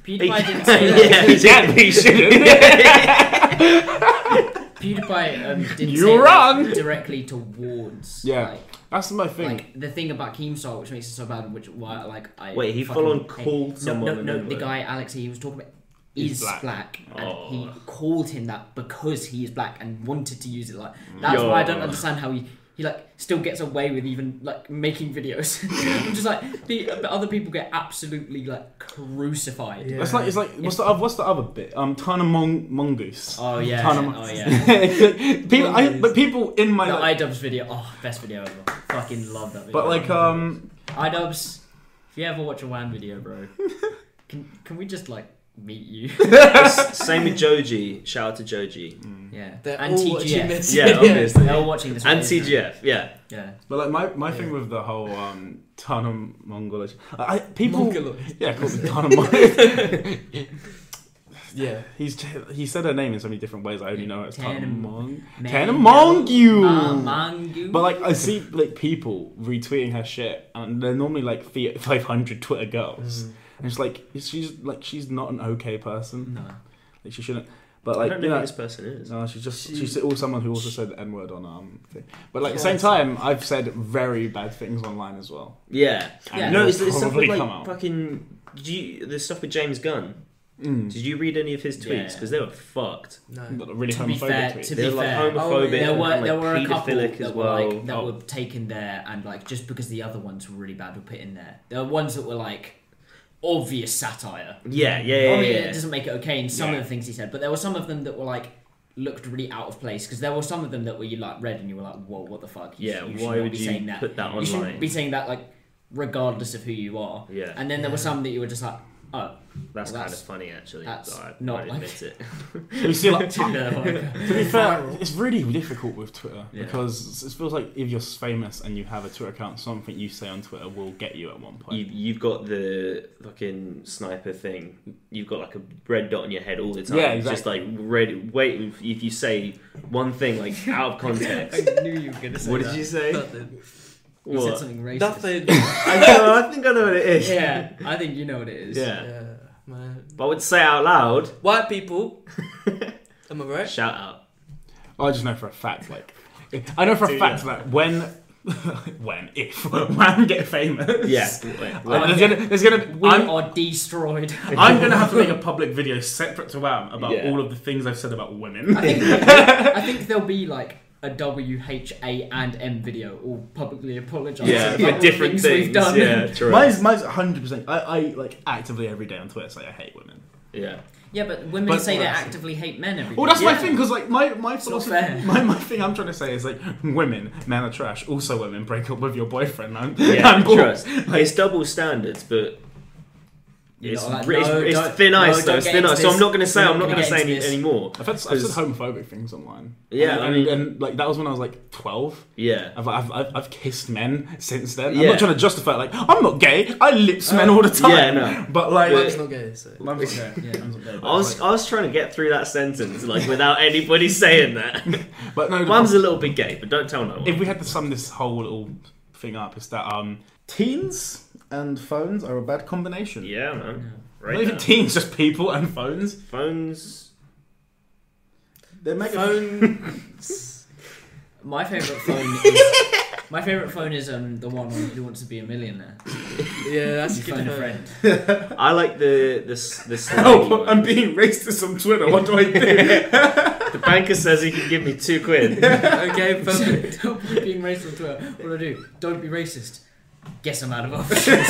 PewDiePie didn't say that.
he can. He shouldn't.
PewDiePie um, didn't
You
say
wrong.
That directly towards.
Yeah.
Like,
That's my thing.
like the thing about Keemstar, which makes it so bad, which why like I
Wait, he
fucking
full on
hate-
called
No,
someone
No,
an
no, the
N-word.
guy Alex he was talking about
He's
is
black.
black, and
Oh.
he called him that because he is black and wanted to use it like. That's
Yo.
why I don't understand how he. He like still gets away with even like making videos. [laughs] I'm just like the, the other people get absolutely like crucified.
Yeah.
It's like it's like what's the other, what's the other bit? Um, Tana Mong Mongoose.
Oh yeah,
Ton of- [laughs]
oh yeah.
people, I, but people in
The
my like,
iDubbbz video, oh best video ever. Fucking love that video.
but like um,
iDubbbz, if you ever watch a WAN video, bro, can can we just like meet you?
[laughs] Same with Joji. Shout out to Joji.
yeah.
They're
and
all watching
TGF.
this. [laughs]
Yeah, obviously.
They're all watching this.
And
right now.
TGF, yeah.
Yeah.
but like my, my thing with the whole um Tana Mongolish, I, I people
Mongoloid.
yeah called it Tana Mong.
Yeah.
[laughs] He's he said her name in so many different ways. I only know it as Tana
Tana
Mong.
Man-
Tana Mong you.
Ah, Among you.
But like I see like people retweeting her shit, and they're normally like five hundred Twitter
Mm.
girls, and it's like she's like she's not an okay person.
no.
Like she shouldn't. But
I
like
don't
you
know who
know,
this person is.
no, she's just
She-
she's all someone who also said the n word on um thing. But like at the
Yeah.
same time, I've said very bad things online as well.
Yeah.
Yeah.
No,
it'll
it's, it's stuff
probably
with like
come out.
fucking. Do you, the stuff with James Gunn.
Mm.
Did you read any of his tweets?
Yeah.
Because they were fucked.
No.
But really
To be
homophobic
fair,
tweets.
to
they
be
were like
fair,
homophobic.
Oh, yeah.
There
and,
were
like,
there were a couple
pedophilic
that
as
were
well.
like that
Oh.
were taken there and like just because the other ones were really bad were put in there. There were ones that were like obvious satire.
Yeah, yeah, yeah.
I mean,
Oh, yeah,
it doesn't make it okay in some of the things he said, but there were some of them that were like looked really out of place because there were some of them that were you like read and you were like, whoa, what the fuck? You
Yeah,
should-
why
should not
would
be
you
saying that?
put that
You shouldn't
online?
be saying that like regardless of who you are.
Yeah.
And then there were some that you were just like,
[laughs]
oh,
That's,
Well,
kind of
that's-
funny, actually.
that's
I,
not
I
like-
admit it.
We see, like,
you know,
[laughs]
like, [laughs]
to be fair, it's really difficult with Twitter
Yeah.
because it feels like if you're famous and you have a Twitter account, something you say on Twitter will get you at one point.
You, you've got the fucking sniper thing. You've got like a red dot on your head all the time.
Yeah,
It's Just like red. Wait, if, if
[laughs]
you say one thing like out of context.
I knew you were gonna say
what
that.
did you say?
Nothing.
You said
What?
something
[laughs]
racist.
Nothing.
I, know, I think I know what it is.
Yeah, I think you know what it is.
Yeah.
yeah, man.
But I would say out loud.
White people. Am I right?
Shout out.
[laughs]
I just know for a fact, like, I know for a fact that when, [laughs] when, if, [laughs] when get famous,
Yeah.
uh, there's gonna, there's gonna,
We
I'm,
are
[laughs]
destroyed.
I'm gonna have to make a public video separate to Wham about
Yeah.
all of the things I've said about women.
I think, I think there'll be like a W H A and M video, all publicly [laughs] apologising
Yeah,
about all
for
the
different things.
we've done.
Yeah, true.
Mine's, mine's 100%. I, I, like, actively every day on Twitter say I hate women.
[laughs]
yeah.
[laughs] Yeah, but women
But-
say they actively hate men every day.
Well, that's my
Yeah.
thing because like my my
not
philosophy,
fair.
[laughs] my, my thing I'm trying to say is like women, men are trash. Also, women break up with your boyfriend. I'm,
Yeah,
[laughs] I'm bored.
trust. It's double standards, but
You're
it's,
not allowed-
it's,
no,
it's
don't-
thin
no,
ice, though.
don't
It's
get
thin
into
ice. So I'm
this.
not going to say.
We're
I'm not
gonna
going to
get
say
into
any,
this.
anymore.
I've had, I've said
Because-
homophobic things online.
Yeah,
and,
I
and-
mean-
and, like that was when I was like 12.
Yeah.
I've I've, I've, I've kissed men since then. I'm
Yeah.
not trying to justify it, like I'm not gay. I lips men all the time.
Yeah, no.
But like,
Mike's not gay, so.
[laughs] I'm not gay.
Yeah.
I'm not gay, but,
I was,
like-
I was trying to get through that sentence like without anybody saying that. [laughs]
but no, the
Mum's a little bit gay, but don't tell no one.
if we had to sum this whole little thing up, is that um, teens and phones are a bad combination.
yeah, man.
Not
Right
even
now.
teens, just people and phones.
Phones.
They're mega.
Phones.
My favourite phone is my favourite phone is um the one on Who Wants to Be a Millionaire.
yeah, that's a
you
good
find a
phone.
friend.
I like the this
[laughs]
this.
[laughs] Oh, I'm being racist on Twitter. What do
[laughs]
I do?
the banker says he can give me two quid.
[laughs]
[laughs]
okay, perfect.
don't be being racist on Twitter. What do I do? Don't be racist. Guess I'm out of options.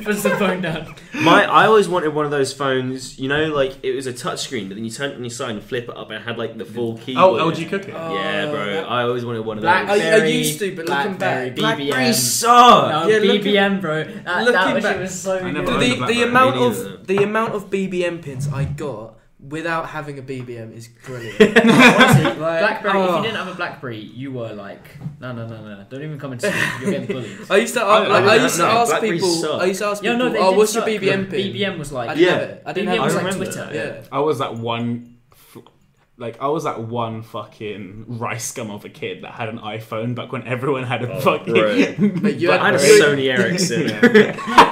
[laughs] Puts the phone down.
My, I always wanted one of those phones. You know, like it was a touchscreen, but then you turn it on your side and flip it up, and it had like the full
oh,
keyboard.
LG cooking.
Oh.
Yeah, bro.
that-
I always wanted one of
I,
those.
Blackberry.
I used to, but looking
Blackberry,
back,
Blackberry
BBM.
sucked.
No,
Yeah, looking-
BBM, bro. That,
looking
that was,
back-
it was so
I never
good.
owned a
the, the
Blackberry.
amount
Me
of the amount of BBM pins I got without having a BBM is
[laughs]
brilliant. [laughs] Honestly, like,
Blackberry. If
oh.
you didn't have a Blackberry, you were like, no, no, no, no. Don't even come and see.
[laughs]
You're getting bullied.
I used to,
I-
I,
I
like, I
didn't
used to
know.
ask
Blackberry
people.
sucked.
I used to ask
Yeah,
people,
no, they
"Oh,
did
what's your
suck.
BBM pin?"
BBM was
I
like,
didn't
Yeah.
have it. I didn't
BBM
have
was
it.
like
remember
Twitter.
that,
yeah.
I was that one. f- Like I was that one fucking rice gum of a kid that had an iPhone back when everyone had a
Oh,
fucking.
right.
[laughs]
but you
I had a
had,
Blackberry.
you,
Sony Ericsson.
[laughs]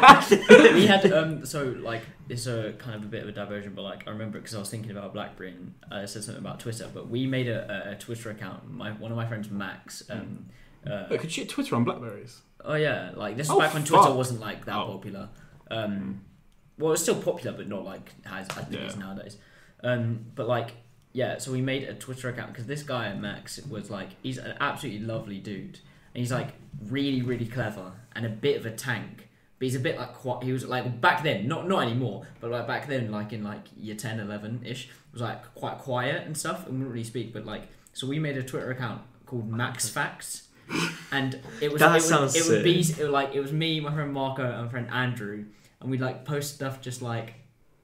[laughs]
we had um so like it's a kind of a bit of a diversion but like i remember it because i was thinking about blackberry and i said something about twitter but we made a, a- a twitter account my one of my friends max um uh,
Look, could you get Twitter on Blackberries?
oh yeah like this is
Oh,
back when
fuck.
twitter wasn't like that
Oh.
popular um well it's still popular but not like as i think it is
Yeah.
nowadays um but like yeah so we made a twitter account because this guy max was like he's an absolutely lovely dude and he's like really really clever and a bit of a tank but he's a bit like quite he was like back then not not anymore but like back then like in like year 10 11 ish was like quite quiet and stuff and wouldn't really speak but like so we made a twitter account called max facts and it was
That
it would-
sounds
it would be it would, like it was me my friend marco and my friend andrew and we'd like post stuff just like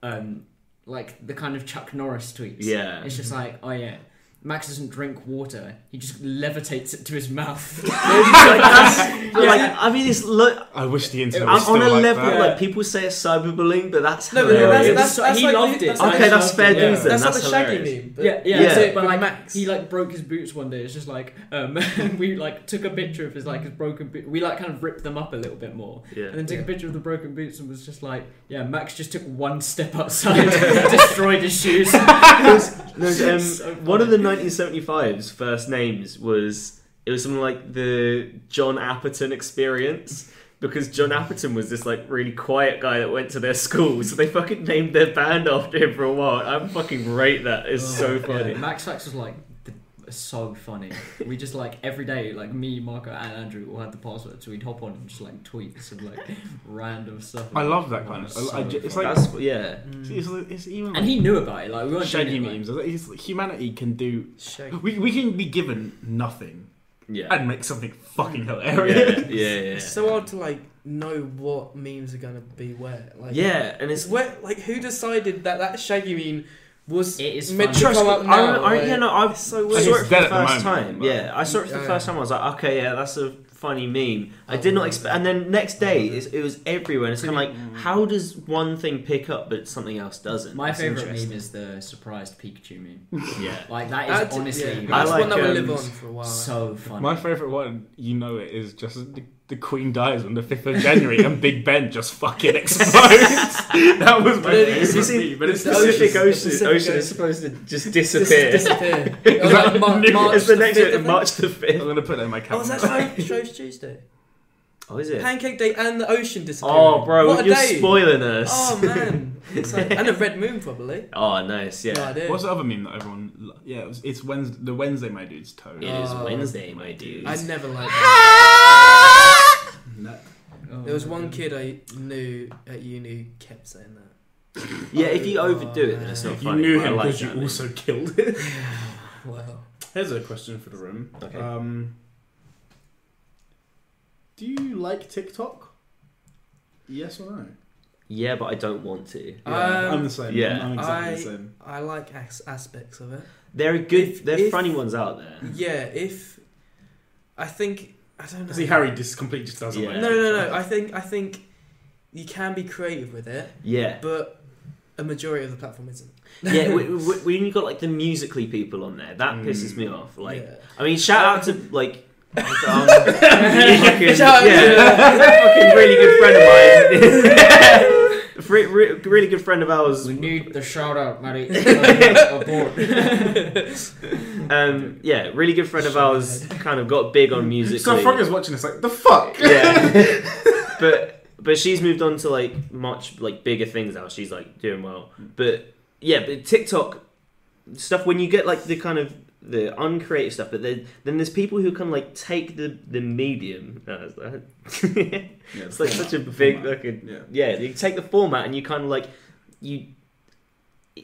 um like the kind of chuck norris tweets
Yeah.
it's just like oh yeah Max doesn't drink water. He just levitates it to his mouth. [laughs]
like, that's- like, I mean, it's look.
I wish the internet.
I'm
Was still
on a
like
level
that.
like people say it's cyberbullying, but that's
No, but
hilarious.
that's- that's-
he
like
loved
the-
it.
that's like
Okay, that's
He loved
fair
it, yeah.
dues then.
that's not the
That's
Shaggy
hilarious.
meme. But
Yeah, yeah,
Yeah.
So, but
With
like
Max.
he like broke his boots one day. It's just like um, [laughs] we like took a picture of his like his broken boot. We like kind of ripped them up a little bit more,
[laughs]
and
Yeah.
then took
Yeah.
a picture of the broken boots and was just like, yeah, Max just took one step outside, [laughs] destroyed his shoes.
[laughs]
There's, um,
So
one of the 1975's first names was it was something like the John Apperton experience because John Apperton was this like really quiet guy that went to their school, so they fucking named their band after him for a while. I'm fucking rate that.
Oh,
It's so funny.
Oh, Yeah, Max Facts was like the, so funny. We just like every day, like me, Marco, and Andrew all had the password, so we'd hop on and just like tweet some like [laughs] random stuff.
I love that kind of.
Oh,
I, I,
so
it's
funny.
like
That's
[laughs]
yeah.
Mm.
it's, it's even
and he knew about it. Like we
like
weren't
shaggy
doing it, like-
memes. It's like humanity can do.
Shaggy.
We, we can be given nothing
Yeah.
and make something fucking
Yeah,
hilarious.
yeah, yeah.
It's so hard to like know what memes are gonna be where. Like,
Yeah, and
it's
it's
where like who decided that that Shaggy meme was
It is
meant
funny.
to
Trust
come
me,
up now?
I, remember- I,
like-
yeah, no, I saw
so
it
weird.
It's
for
dead
the
at the
first
moment,
time.
but-
Yeah, I saw it for the
Yeah.
first time. I was like, okay, yeah, that's a funny meme. I did not expect. And then next day, it's, it was everywhere. And it's kind of like, how does one thing pick up but something else doesn't?
My
That's
favorite
interesting.
meme is the surprised Pikachu
[laughs]
meme.
Yeah.
Like that is
That's,
honestly
yeah,
I
that's
like,
one that will
um,
live on for a
[laughs]
while.
so funny.
My favourite one, you know it, is just the, the Queen dies on the 5th of January and Big Ben just
[laughs]
fucking explodes. that was my
But it is-
Have you
favourite
seen-
meme, but it's
the
it's
just-
Pacific
Ocean.
Ocean,
Pacific
Ocean
Ocean.
is supposed to just
Dis-
disappear.
[laughs] disappear. It was like Mar- March
it's the
the
next
5th, I
day,
think.
March the
I'm
5th.
going to put that in my
Oh, was
calendar.
that
[laughs]
Shrove, Shrove's Tuesday?
Oh, is it?
Pancake Day and the ocean disappeared.
Oh, bro,
what a
you're
day.
spoiling us.
Oh man, It's like- and a red moon probably.
[laughs] Oh, nice,
No
yeah.
idea.
What's the other meme that everyone? lo- Yeah, it was, it's Wednesday. The Wednesday my dude's toad.
It is
Ah.
Oh.
Wednesday, my dude.
I never liked that.
[laughs]
No.
Oh,
There was
my
one
God.
kid I knew at uni who kept saying that.
Yeah, if you overdo it, then it's not
You
funny.
knew
but I
him
like
because
that
you
meme.
also killed it.
Well,
[laughs] Here's a question for the room.
Okay.
Um, do you like TikTok? Yes or no?
Yeah, but I don't want to.
Um,
I'm the same.
yeah.
I'm, I'm exactly
I-
the same.
I like as- aspects of it.
There are good,
If-
there are
if-
funny ones out
[laughs]
there.
Yeah, if I think I don't know.
See, Harry just completely just doesn't
Yeah.
like
No, no, no. I think I think you can be creative with it,
Yeah,
but a majority of the platform isn't.
yeah. w- w- w- When you got like the musically people on there, that
Mm.
pisses me off. Like,
Yeah.
I mean, shout out to
[laughs]
like. um, fucking,
Shout out
yeah, fucking really good friend of mine. [laughs] Re- re- really good friend of ours.
We [laughs] need the shout
[laughs]
out, Matty. Aboard.
[laughs] Um, yeah, really good friend of ours. Kind of got big on music.
So Frogger's watching this like the fuck.
yeah.
[laughs]
but but she's moved on to like much like bigger things now. She's like doing well. But yeah, but TikTok stuff when you get like the kind of the uncreative stuff, but then then there's people who can like take the the medium. [laughs] Uh, is that-
Yeah,
it's like
format,
such a
the
big
format.
looking.
Yeah.
Yeah, you take the format and you kind of like you.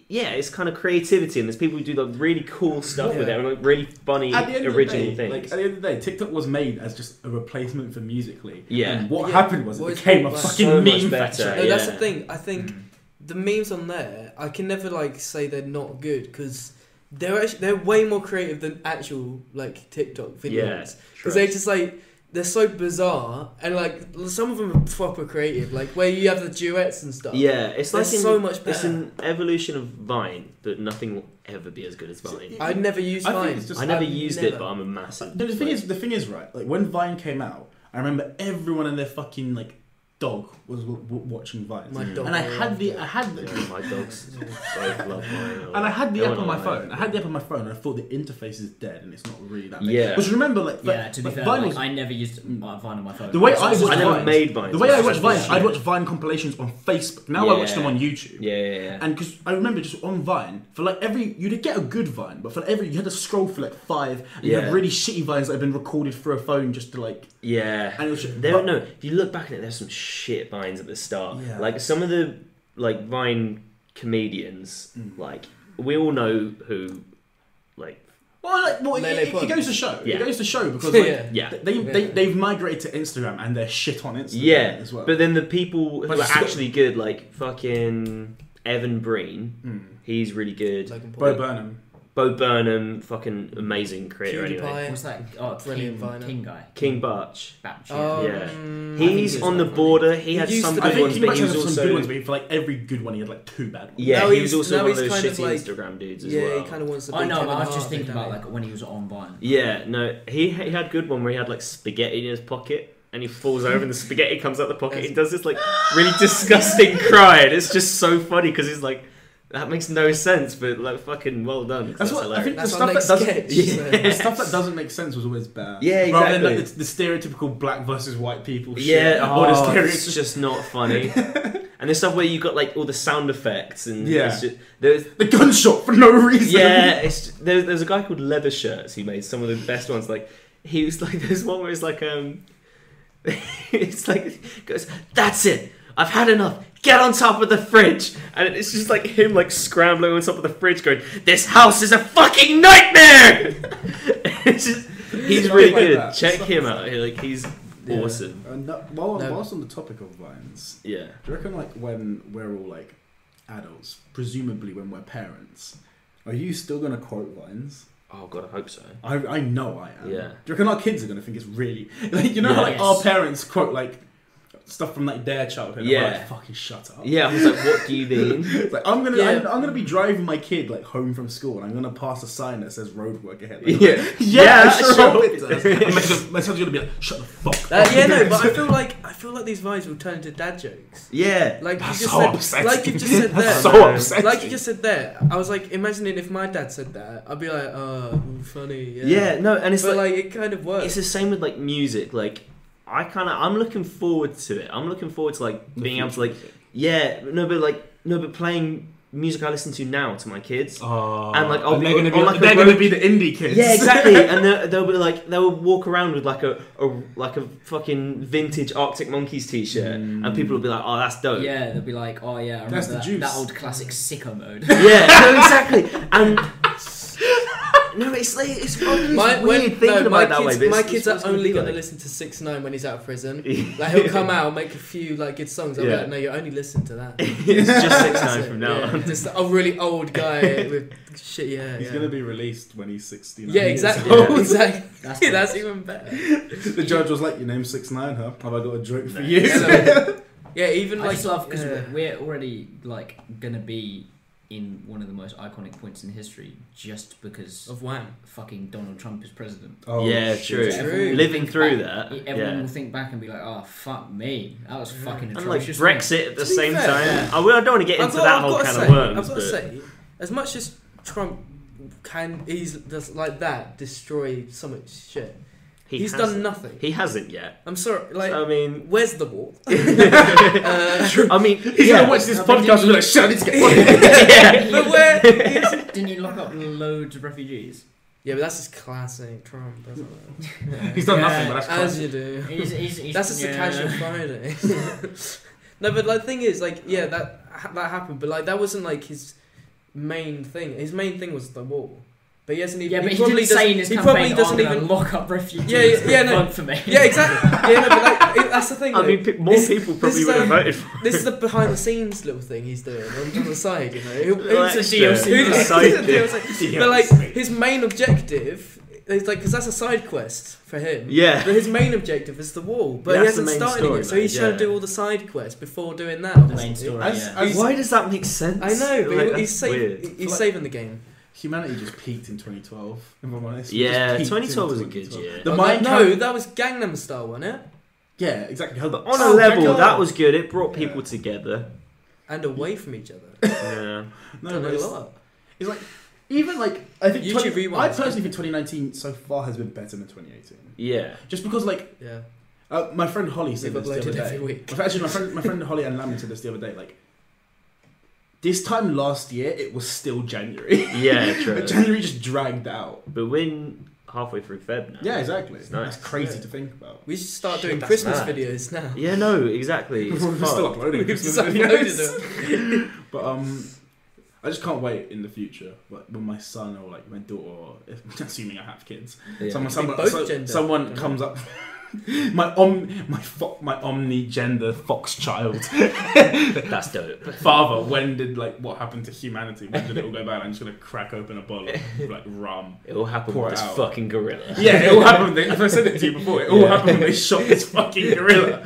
Yeah, it's kind of creativity, and there's people who do like really cool stuff with it, and like really funny
At the end
original
of the day,
things.
like at the end of the day, TikTok was made as just a replacement for musically.
Yeah.
And what
Yeah.
happened was
Well,
it
it's
became a
like-
fucking
So much
meme
better.
factory.
No, that's
Yeah.
the thing. I think the memes on there, I can never like say they're not good because they're actually, they're way more creative than actual like TikTok
Yeah,
videos because they just like they're so bizarre and like some of them are proper creative, like where you have the duets and stuff.
Yeah, it's
They're
like in-
so much
It's
better.
an evolution of Vine, but nothing will ever be as good as Vine.
I'd never use
I think
mine.
it's just-
I never
I've
used
never-
it, but I'm a massive.
No, the thing
like- [laughs]
is, the thing is, right? Like when Vine came out, I remember everyone and their fucking like dog was w- w- watching Vine,
My dog
and I
will
had
love
the, I had the.
Yeah, my dogs
[laughs]
both love Vine.
And I had the
They
app
went
on my
online.
phone. I had the app on my phone, and I thought the interface is dead, and it's not really that. Big.
Yeah.
Because remember, like,
Yeah, to be
like,
fair,
Vine
like,
was-
I never used my Vine on my phone.
The way
It's
I
just
watch
I never
Vine.
made Vine.
the way I watch
Vine.
Vine, I'd watch Vine compilations on Facebook. Now I watch them
Yeah.
on YouTube.
Yeah, yeah, yeah.
And because I remember just on Vine, for like every, you'd get a good Vine, but for every, you had to scroll for like five, and you
Yeah.
had really shitty Vines that had been recorded through a phone just to like.
yeah.
And it was just,
There,
but-
no, if you look back at it, there's some shit Vines at the start.
Yeah.
Like some of the like Vine comedians,
Mm.
like we all know who, like
Well, like, well it,
Lele
it, it
Pons.
goes to show.
Yeah.
It goes to
[laughs]
show because like,
Yeah.
yeah,
They, they,
Yeah.
They've migrated to Instagram and they're shit on Instagram
Yeah,
as well.
But then the people who
But
are
still-
actually good, like fucking Evan Breen,
Hmm.
he's really good.
Logan Paul.
Bo Burnham.
Bo Burnham, fucking amazing creator anyway.
PewDiePie.
What's that? Oh,
Brilliant
King,
Viner.
King guy.
King Barch.
Batch.
Um,
Yeah.
he
He's
was
on the
like-
border. He,
He
had
used
some
to
good
I
be-
ones,
ones,
think
but he
King
was
had some good
also
ones, but for like every good one, he had like two bad ones.
yeah,
Now
he
he's-
was also
now
one of
he's
those
kind of
shitty
like-
Instagram dudes as
yeah,
well.
he kind of wants to.
I
be
know, but
Kevin
I was just
Hart,
thinking
don't
about
he?
like when he was on Vine.
Yeah, no, he he had good one where he had like spaghetti in his pocket. And he falls over, and the spaghetti comes out the pocket. He does this like
[laughs]
really disgusting cry, and it's just so funny because he's like, "That makes no sense," but like, fucking well done. 'cause
That's what I
hilarious.
think
That's
the
our
stuff
next
that doesn't [laughs]
sketch.
the
so-
stuff that doesn't make sense was always bad.
Yeah,
Rather than
exactly.
like, the, the stereotypical black versus white people shit.
Yeah,
or
oh,
the
it's
stereotypical
just not
[laughs]
funny. and there's stuff where you got like all the sound effects and
Yeah.
it's just, there's
the gunshot for no reason.
yeah, it's there's, there's a guy called Leather Shirts who made some of the best ones. Like he was like [laughs] there's one where it's like um, [laughs] it's like goes that's it. I've had enough. Get on top of the fridge, and it's just like him like scrambling on top of the fridge, going, "This house is a fucking nightmare." [laughs] it's just, he's
Stuff
really
like
good.
that.
Check
Stuff
him out.
like
Like he's
Yeah.
awesome.
And that, while,
No.
whilst on the topic of vines,
Yeah.
Do you reckon, like, when we're all like adults, presumably when we're parents, are you still gonna quote lines?
Oh god, I hope so.
I, I know I am.
Yeah.
Do you reckon our kids are gonna think it's really [laughs] like you know how, like
Yes.
our parents quote like stuff from like their childhood? and we're
Yeah.
like, fucking shut up.
Yeah, I was like, what do you
[laughs]
mean?
It's like I'm gonna
Yeah.
I'm, I'm gonna be driving my kid like home from school and I'm gonna pass a sign that says road work ahead. Like,
yeah.
yeah,
Yeah,
sure,
sure.
hope it does. And my son- my son's gonna be like, shut the fuck
Uh,
up.
yeah, no,
[laughs]
but I feel like I feel like these vibes will turn into dad jokes.
Yeah.
Like
That's
you just
so
said,
upsetting.
like you just said
[laughs]
there.
That's so
Um,
upsetting.
like you just said there, I was like imagining if my dad said that, I'd be like, "Oh, ooh, funny." Yeah,
Yeah, no, and it's
but
like,
like, it kind of
it's
works.
the same with like music. Like I kind of I'm looking forward to it. I'm looking forward to like
The
being able to
future
like yeah no but like no but playing music I listen to now to my
[laughs]
kids.
Oh,
And, like, I'll
and
be-
they're gonna be
or, like,
they're
a
gonna
road-
be the indie kids. [laughs]
Yeah, exactly. and they'll, they'll be like they'll walk around with like a, a like a fucking vintage Arctic Monkeys t-shirt,
Mm.
Mm.
and people will be like, "Oh, that's dope."
Yeah, they'll be like, oh yeah, I remember
That's the
that,
juice.
that old classic sicko
[laughs]
mode.
[laughs] yeah, no, exactly. And [laughs] no, it's like it's, fucking
my,
weird
when-
thinking
no,
about
my
it that
kids,
way. But
my
it's-
kids
it's what it's
are only
be
gonna
like. [laughs]
listen to Six Nine when he's out of prison.
Yeah.
Like
[laughs]
he'll come out, make a few like good songs. I'll be
Yeah.
like, "No, you only listen to that."
[laughs] it's just six
That's
nine
it,
from now
yeah.
on.
Just a really
[laughs]
old guy with shit. Yeah,
He's
yeah.
gonna be released when he's 69.
yeah,
years
exactly.
old.
Yeah. [laughs]
[laughs] Exactly.
That's
That's,
nice.
even better.
The judge was like, "Your name's six nine, huh? Have I got a joke for
No.
you?"
Yeah, yeah, even
I
like
just love because
yeah.
we're already like gonna be in one of the most iconic points in history just because
of Wham.
fucking Donald Trump is president.
[laughs] Oh,
Yeah,
shit.
true.
True.
Everyone will
Living
think
through
back-
that,
everyone
yeah.
will think back and be like, "Oh fuck me, that was
Yeah.
fucking
And like
atrocious."
Brexit at the
To be
same
fair,
time.
yeah.
I, will, I don't want to get
I've
into
got-
that
I've
whole
got to
can
say,
of worms.
I've got
but...
to say, as much as Trump can easily does like that destroy so much shit,
He
he's
hasn't.
done nothing.
He hasn't
[laughs]
yet.
I'm sorry, like
I mean,
where's the
[laughs]
wall? [laughs] uh,
I mean,
He's
yeah.
gonna
[laughs]
watch this
No, but
podcast and
did
be
you-
like, "Shut this guy."
[laughs]
[laughs]
Didn't
but
you-
where? is-
Didn't you lock up loads of refugees?
yeah, but that's just classic Trump. Isn't
[laughs]
it?
he's done
Yeah,
nothing, but that's
As
classic.
you do.
He's, he's, he's,
That's just a
yeah.
casual Friday. [laughs] no, but like, the thing is, like, yeah, that ha- that happened, but like, that wasn't like his main thing. His main thing was the wall, but he hasn't even.
Yeah, but he,
probably
didn't say in his "Oh,
doesn't- He
campaign,
probably doesn't even.
lock up refugees.
Yeah, yeah, yeah,
Good
no.
fun for me.
Yeah, exactly. Yeah, no, but like, it- that's the thing.
I
though.
mean, pe- more
This-
people probably
is um,
would have
like-
voted for
this is the behind the scenes little thing he's doing on, on the side, you know. Who- who-
Like,
It's a
[laughs]
DLC.
who-
It's a
who-
side thing.
but like his main objective is like because that's a side quest for him.
Yeah.
But his main objective is the wall, but
That's
he
the
hasn't
main
started
story,
it, so he's
mate,
trying
yeah.
to do all the side quests before doing that.
The main
doesn't he?
story.
As-
yeah.
as-
Why does that make sense?
I know, but
Like,
he- he's,
that's
sav-
weird.
he's
Like-
saving the game.
Humanity just peaked in 2012. If I'm honest, We
Yeah,
just peaked
2012
in
was a good
2012.
year.
The
Oh,
mind
no,
count-
no, that was Gangnam Style, wasn't it?
Yeah, exactly. How the
On a
Oh,
level,
God.
that was good. It brought
Yeah.
people
[laughs]
together.
And away from
[laughs]
each other.
Yeah.
no,
Done
but
a
it's,
lot.
it's like even like I think
YouTube
20
Rewind.
I personally think 2019 so far has been better than 2018.
Yeah.
Just because like
Yeah,
uh, my friend Holly said
we've
this the other
uploaded every
day.
week.
My fr- Actually, my friend my friend Holly and Lamb said this the other day. Like this time last year, it was still January.
[laughs]
Yeah, true.
But [laughs] January just dragged out.
But we're halfway through Feb now.
Yeah, exactly. It's
nice.
crazy
Yeah.
to think about.
We should start
Shit,
doing
that's
Christmas
mad.
videos now.
Yeah, no, exactly. It's
[laughs] We're still
fucked. [laughs]
uploading
[laughs] We've
Christmas [laughs]
just uploaded
videos.
them.
But um, I just can't wait in the future, like when my son or like my daughter, or if, [laughs] assuming I have kids,
Yeah.
someone,
They
someone,
both
so-
gender. Uh-huh.
someone comes up. [laughs] my om, my fo- my omni gender fox
[laughs]
child
That's dope.
father. When did like what happened to humanity? When did it all go bad? I'm just gonna crack open a bottle of like
[laughs]
rum.
It all happened
Pour
with
it
this
out.
fucking gorilla.
[laughs] Yeah, it all happened. When they, if I said
[laughs]
it to you before, it all
Yeah.
happened when they shot this fucking gorilla.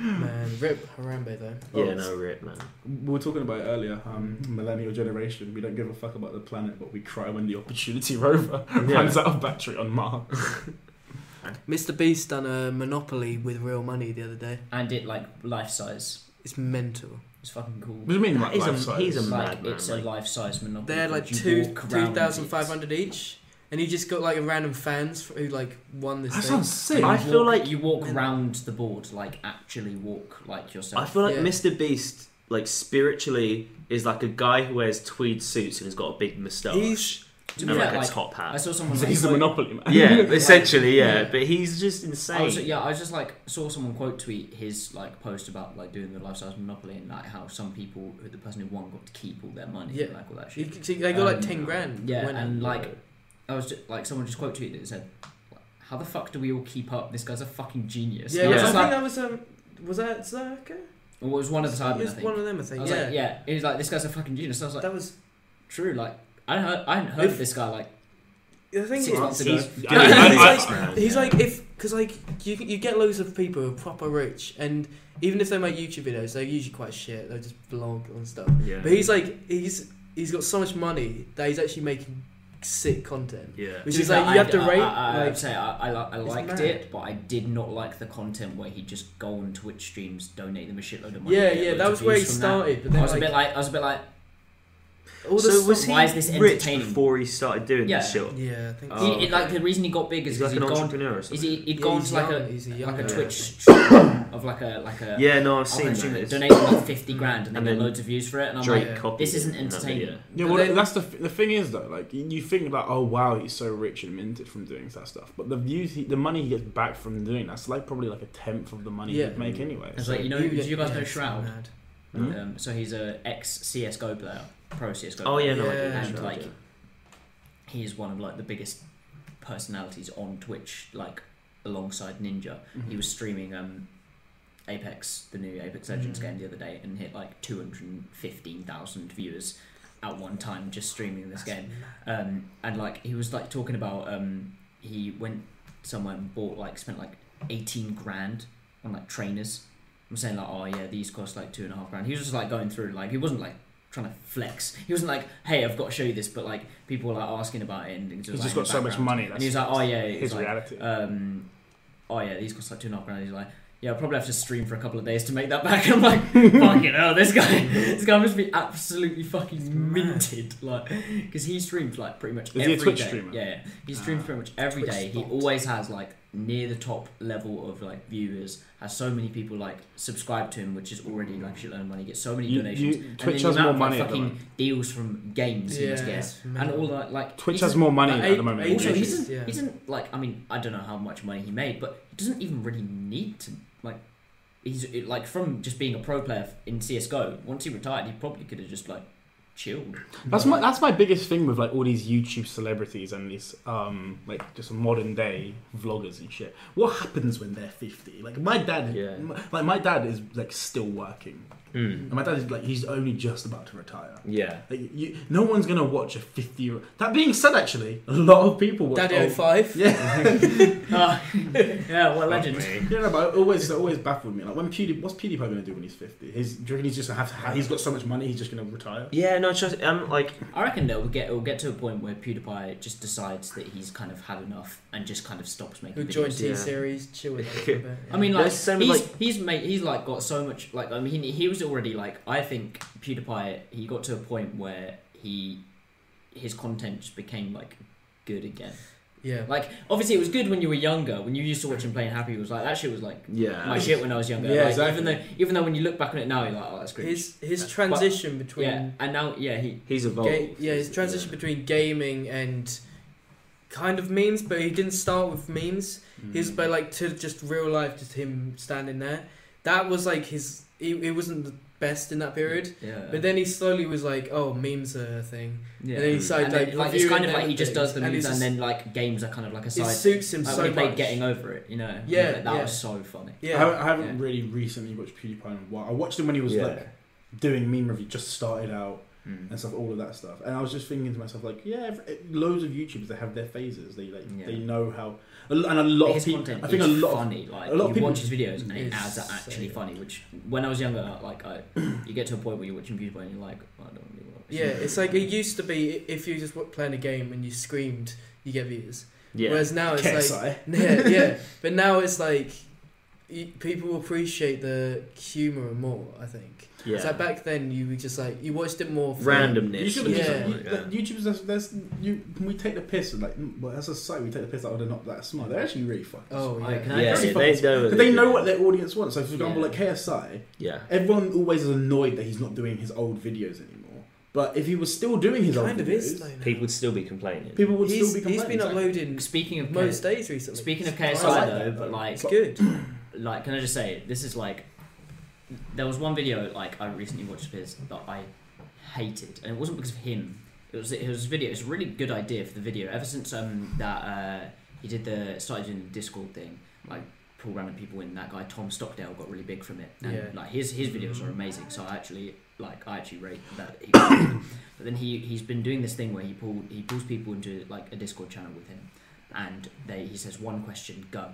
Man, rip Harambe though.
Yeah, no, rip, man.
We were talking about it earlier. Um, millennial generation. We don't give a fuck about the planet, but we cry when the Opportunity [laughs] rover
Yeah.
runs out of battery on Mars.
Mr. Beast done a Monopoly with real money the other day.
and it like life size.
It's mental.
It's fucking cool.
What do you mean? Like
He's a-
life size?
he's a
like
madman,
it's
like-
a life size monopoly.
They're like
card. You
two
walk around
two thousand five
it.
hundred each, and you just got like random fans who like won this.
That
thing.
sounds sick.
I
You
feel
walk-
like-
you walk round the board, like actually walk like yourself.
I feel like
Yeah.
Mr. Beast, like spiritually, is like a guy who wears tweed suits and has got a big moustache
He's-
To
and
be
like
fair,
a
like,
top
I
hat.
saw someone.
So [laughs]
Like,
he's the
quote-
monopoly man.
[laughs] Yeah,
[laughs]
Like-
essentially, yeah.
Yeah.
But he's just
I
insane.
was, yeah, I was just like saw someone quote tweet his like post about like doing the life size monopoly and like how some people, the person who won, got to keep all their money,
Yeah.
and, like all that
you
shit.
can see they got like
Um,
ten grand.
Yeah,
winning.
and like I was just, like someone just quote tweeted it and said, "How the fuck do we all keep up? This guy's a fucking genius."
yeah,
And I
I
was
Yeah.
think
just like,
that was um, was that Zerka?
well, it was one of the
It
time. I
was
think.
one of them, I
I
think.
was
Yeah.
like, yeah. He was like, this guy's a fucking genius. I was like,
that was
true. Like, I hadn't heard, I hadn't heard
If-
of this guy like
The thing
six
is,
months ago.
He's-
No,
I mean,
[laughs] he's,
I-
[laughs]
like,
I-
he's like if because like you you get loads of people who are proper rich, and even if they make YouTube videos, they're usually quite shit. They just vlog and stuff.
Yeah.
But he's like he's he's got so much money that he's actually making sick content,
yeah.
which
To be
is
fair,
like
I-
you have to
I-
rate.
I, I,
like,
would say I, I, li- I liked
mad.
it, but I did not like the content where he just go on Twitch streams, donate them a shitload of money.
yeah,
and get
yeah,
loads
that
of
was where he
views from that.
started. But then
I was
like,
a bit like I was a bit like
all the
so
stuff,
was he
why is this
rich
entertaining?
before he started doing
Yeah.
this shit?
yeah, I think
Oh,
he, it, like the reason he got big
He's
is because
like
he'd
an
gone
entrepreneur or something.
is he, he'd
Yeah,
gone
he's
to like
young,
a
he's a young
like a
guy.
Twitch stream of like a like a
yeah, no, I've
I'll
seen
consume
that.
it,
It's
donate them like 50 grand and,
And
then,
then
loads of views for it and I'm
Drake
like,
copied
this
it
isn't
in that
entertaining.
video.
Yeah,
But
well,
then-
that's the the thing is though, like you- you think about, oh wow, he's so rich and minted from doing that stuff, but the views, he, the money he gets back from doing that's like probably like a tenth of the money
Yeah.
he'd make anyway.
It's
so-
like you know
He
do
would-
you guys
yeah,
know
it's
Shroud
mad.
Hmm?
um, so he's a ex CSGO player pro CSGO
Oh yeah, no, I
Yeah.
didn't.
and
Sure,
like
yeah.
he is one of like the biggest personalities on Twitch like alongside Ninja he was streaming um Apex the new Apex Legends
Hmm.
Mhm.
game the other day and hit like 215,000 viewers at one time just streaming this game um, and like he was like talking about um, he went somewhere and bought like spent like 18 grand on like trainers i'm saying like oh yeah these cost like two and a half grand he was just like going through like he wasn't like trying to flex he wasn't like hey i've got to show you this but like people were like asking about it and it was,
He's
like,
just
in
got
the
so much
background.
money.
and
That's
he was like oh yeah he was
his
like,
reality.
um, oh yeah, these cost like two and a half grand. He's like, yeah, I'll probably have to stream for a couple of days to make that back. [laughs] I'm like, fucking hell,
[laughs]
this guy, this guy must be absolutely fucking minted, like, because he streams like pretty much.
Is he a
every
Twitch
day.
streamer?
Yeah, yeah, he streams
Ah.
pretty much every
Twitch
day. He
bot.
always has like near the top level of like viewers. Has so many people like subscribe to him, which is already like shitload of money. Gets so many
You-
donations.
you-
and
Twitch
then the
has
amount
more
of, like,
money at the
fucking
moment.
deals from games he must
Yeah,
get,
it's
and
mad.
all that like
Twitch
he's
has more money
Like,
at the
eight-
moment. than
eight
also,
Yeah.
YouTube.
he
years.
doesn't.
Yeah.
He doesn't like. I mean, I don't know how much money he made, but he doesn't even really need to. Like, he's it, like from just being a pro player in CS:GO. Once he retired, he probably could have just like chilled. [laughs]
That's my that's my biggest thing with like all these YouTube celebrities and these um like just modern day vloggers and shit. What happens when they're fifty? Like my dad,
Yeah.
m- like my dad is like still working,
Mm.
and my dad is like he's only just about to retire.
Yeah.
Like, you, no one's gonna watch a fifty year. That being said, actually, [laughs] a lot of people watch.
oh.
Daddy oh,
old-
05.
Yeah,
Ah, yeah, what a
[laughs]
legend.
yeah, no, but it always it always baffled me. Like when Pewdie, what's PewDiePie gonna do when he's fifty? He's do you reckon he's just gonna have to have, he's got so much money he's just gonna retire?
Yeah, no, trust. I'm like,
I reckon that will get it'll get to a point where PewDiePie just decides that he's kind of had enough and just kind of stops making
Who
videos.
joined
Yeah.
T Series? Chill with it. a bit,
[laughs] I mean, like
There's
he's
so many, like-
he's made he's like got so much like I mean he, he was already like I think PewDiePie he got to a point where he his content just became like good again.
yeah.
Like obviously it was good when you were younger when you used to watch him playing Happy it was like that shit was like
yeah.
my shit when I was younger.
Yeah,
like,
exactly.
Even though even though when you look back on it now you're like oh that's great.
His his transition between
yeah, and now yeah he
He's evolved.
Ga- yeah, his transition between gaming and kind of memes, but he didn't start with memes. He
Mm.
was by like to just real life, just him standing there. That was like his. He, he wasn't the best in that period,
yeah
but then he slowly was like, "Oh, memes are a thing,"
yeah.
and then he started
And
like,
then, like it's kind of
reviewing
like he just does the
everything,
moves and,
and,
then like games are kind of like a
it's just-
side.
it suits him
like,
so
when he played
much.
getting over it, you know.
Yeah,
that
yeah.
was so funny.
I
yeah,
haven't, I haven't
Yeah.
really recently watched PewDiePie in a while. I watched him when he was
Yeah.
like doing meme review, just started out
Mm.
and stuff, all of that stuff. And I was just thinking to myself, like, yeah, every, loads of YouTubers they have their phases. They like
Yeah.
they know how, and a lot
his
of people.
content
I think a
is
lot. Of,
funny. like
a lot of
you
people-
watch his videos and his
It's
ads are
so
actually
good.
funny. Which when I was younger, like
[clears throat]
I, you get to a point where you're watching PewDiePie and you're like, "Oh, I don't really want. to watch
yeah.
this."
It's like it used to be i- if you just were playing a game and you screamed, you get views.
Yeah.
Whereas now it's like
[laughs] KSI.
[laughs] yeah, yeah. But now it's like y- people appreciate the humour more. I think.
yeah.
It's like back then you were just like you watched it more. For
Randomness.
You should
or
have
Yeah.
just,
something
you,
like that.
like, YouTubers, that's, that's, you, we take the piss, and like, mm, well, as a society, we take the piss out of they're not that smart. They're actually really fucking smart.
Oh yeah.
I can-
Yeah,
That's
they
fucking-
know.
But they know what their audience wants. So, for example,
Yeah.
like KSI,
Yeah.
everyone always is annoyed that he's not doing his old videos anymore. But if he was still doing his old
kind of
videos,
is though. now.
People would still be complaining.
people would
he's,
still be
he's
complaining.
been uploading
Speaking of
most
KSI,
days recently.
speaking of
It's
KSI
like
fine.
that,
though,
though.
but like
it's good.
like can I just say this is like there was one video like I recently watched of his that I hated and it wasn't because of him it was it was a video it's a really good idea for the video ever since um that uh he did the started doing the Discord thing like pull random people in that guy Tom Stockdale got really big from it and
Yeah.
like his his videos are amazing so I actually like I actually rate that. He but then he he's been doing this thing where he pull he pulls people into like a Discord channel with him, and they he says one question go,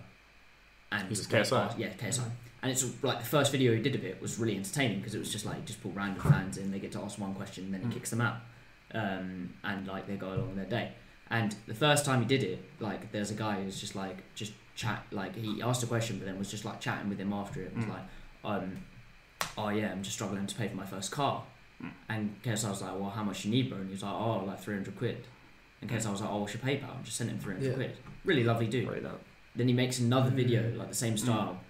and
This is
they
KSI.
ask- yeah KSI. And it's like the first video he did of it was really entertaining because it was just like just pull random fans in, they get to ask one question, and then he kicks them out, um, and like they go along their day. And the first time he did it, like there's a guy who's just like just chat, like he asked a question, but then was just like chatting with him after it. it was
Mm.
like, um, oh yeah, I'm just struggling to pay for my first car.
Mm.
And KSI was like, well, how much you need, bro? And he was like, oh, like 300 quid. And KSI was like, oh, what's your PayPal? And just sent him 300
Yeah.
quid. Really lovely dude.
Right now.
Then he makes another
Mm.
video, like the same style.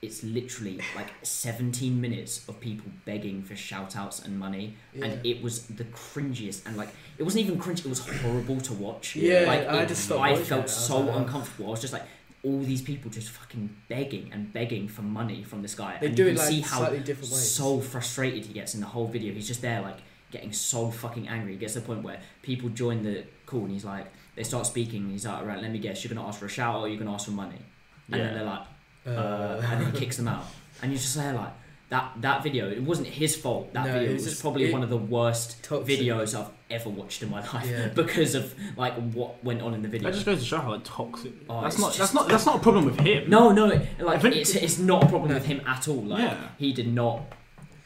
It's literally like 17 minutes of people begging for shout outs and money.
Yeah.
And it was the cringiest. And like, it wasn't even cringe, it was horrible to watch.
Yeah,
like,
I
it-
just stopped
I
watching it. I
felt
was
so
like, oh.
uncomfortable. I was just like, all these people just fucking begging and begging for money from this guy.
They
and
do
you
it
can
like
see how
slightly different ways.
so frustrated he gets in the whole video. He's just there, like getting so fucking angry. He gets to the point where people join the call and he's like, they start speaking. And he's like, all right, let me guess, you're gonna ask for a shout out, or you're gonna ask for money, and
Yeah.
then they're like,
Uh,
uh, and then he kicks them out, and you're just there like. That, that video, it wasn't his fault. That
No,
video
it
was,
was just-
probably
it-
one of the worst
Toxic.
videos I've ever watched in my [laughs] life
Yeah.
because of like what went on in the video.
That just goes to show how like, toxic.
Oh,
that's
it's
not. That's
just-
not. That's not a problem with him.
No, no, it-
I
like
think-
it's, it's not a problem with him at all. Like
Yeah.
he did not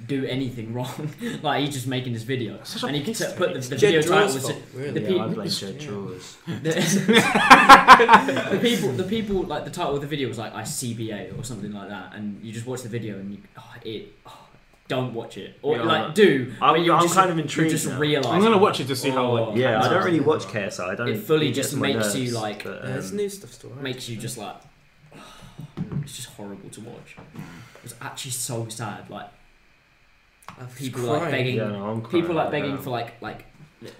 do anything [laughs] wrong. like he's just making this video,
Such a
and he
piss
t-
take.
put the, the
Jed
video
Drell's
title was
fault, really.
the pe-
Yeah, I blame Jed Drawers.
[laughs]
the, the [laughs] people, the people, like the title of the video was like "I CBA" or something like that, and you just watch the video and you, oh, it, oh, don't watch it or
Yeah,
like do.
I'm-
but you
I'm
just-
kind of
you
intrigued
Just
now.
realize
I'm gonna watch it to see how
Oh.
like.
Yeah, I
No.
don't really watch KSI. I don't.
It fully
gets
just
on my
makes you,
nerves,
like-
but,
yeah, it's
um,
new stuff's alright.
makes you just like [sighs] it's just horrible to watch.
Mm.
It was actually so sad. Like
I was
people like
Uh, crying.
begging,
yeah, no, I'm
people
crying
like
right
begging
now.
for like like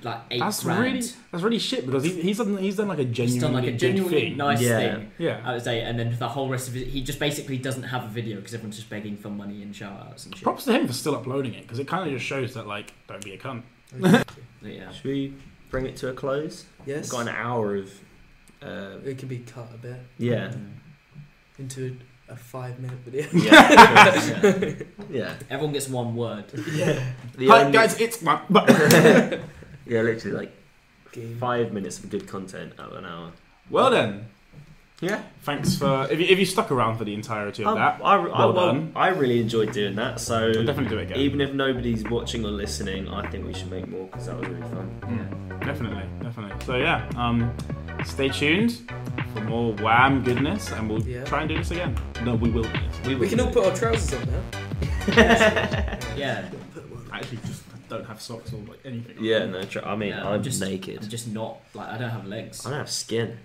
like eight
That's
grand.
really. That's really shit because he, he's done. He's done like a genuinely
He's done like a
good
genuinely
thing.
nice
Yeah.
thing.
Yeah.
I would say, and then the whole rest of it, he just basically doesn't have a video because everyone's just begging for money and shout outs and shit.
Props to him for still uploading it because it kind of just shows that like don't be a cunt.
[laughs]
Exactly.
[laughs]
But yeah,
Should we bring it to a close?
yes.
We've got an hour of. Uh,
[laughs] It can be cut a bit
yeah.
into a five minute video. [laughs]
Yeah. yeah.
everyone gets one word.
The
Hi
only-
guys, it's my. But
yeah, literally like
Game.
five minutes of good content out of an hour.
well then.
Yeah.
Thanks for if you, if you stuck around for the entirety of
Um,
that.
I, I,
Well
well,
done.
I really enjoyed doing that. So
I'll definitely do it again.
even if nobody's watching or listening, I think we should make more because that was really fun.
Mm, definitely, definitely. So yeah, um, stay tuned for more wham goodness, and we'll
Yeah.
try and do this again. No, we will. do this.
We,
We can
[laughs]
all put our trousers on now.
Yeah,
Actually, just don't have socks or like anything. on.
Yeah, no, tr- I mean,
Yeah,
I'm
just-
naked.
I'm just not like I don't have legs.
I don't have skin.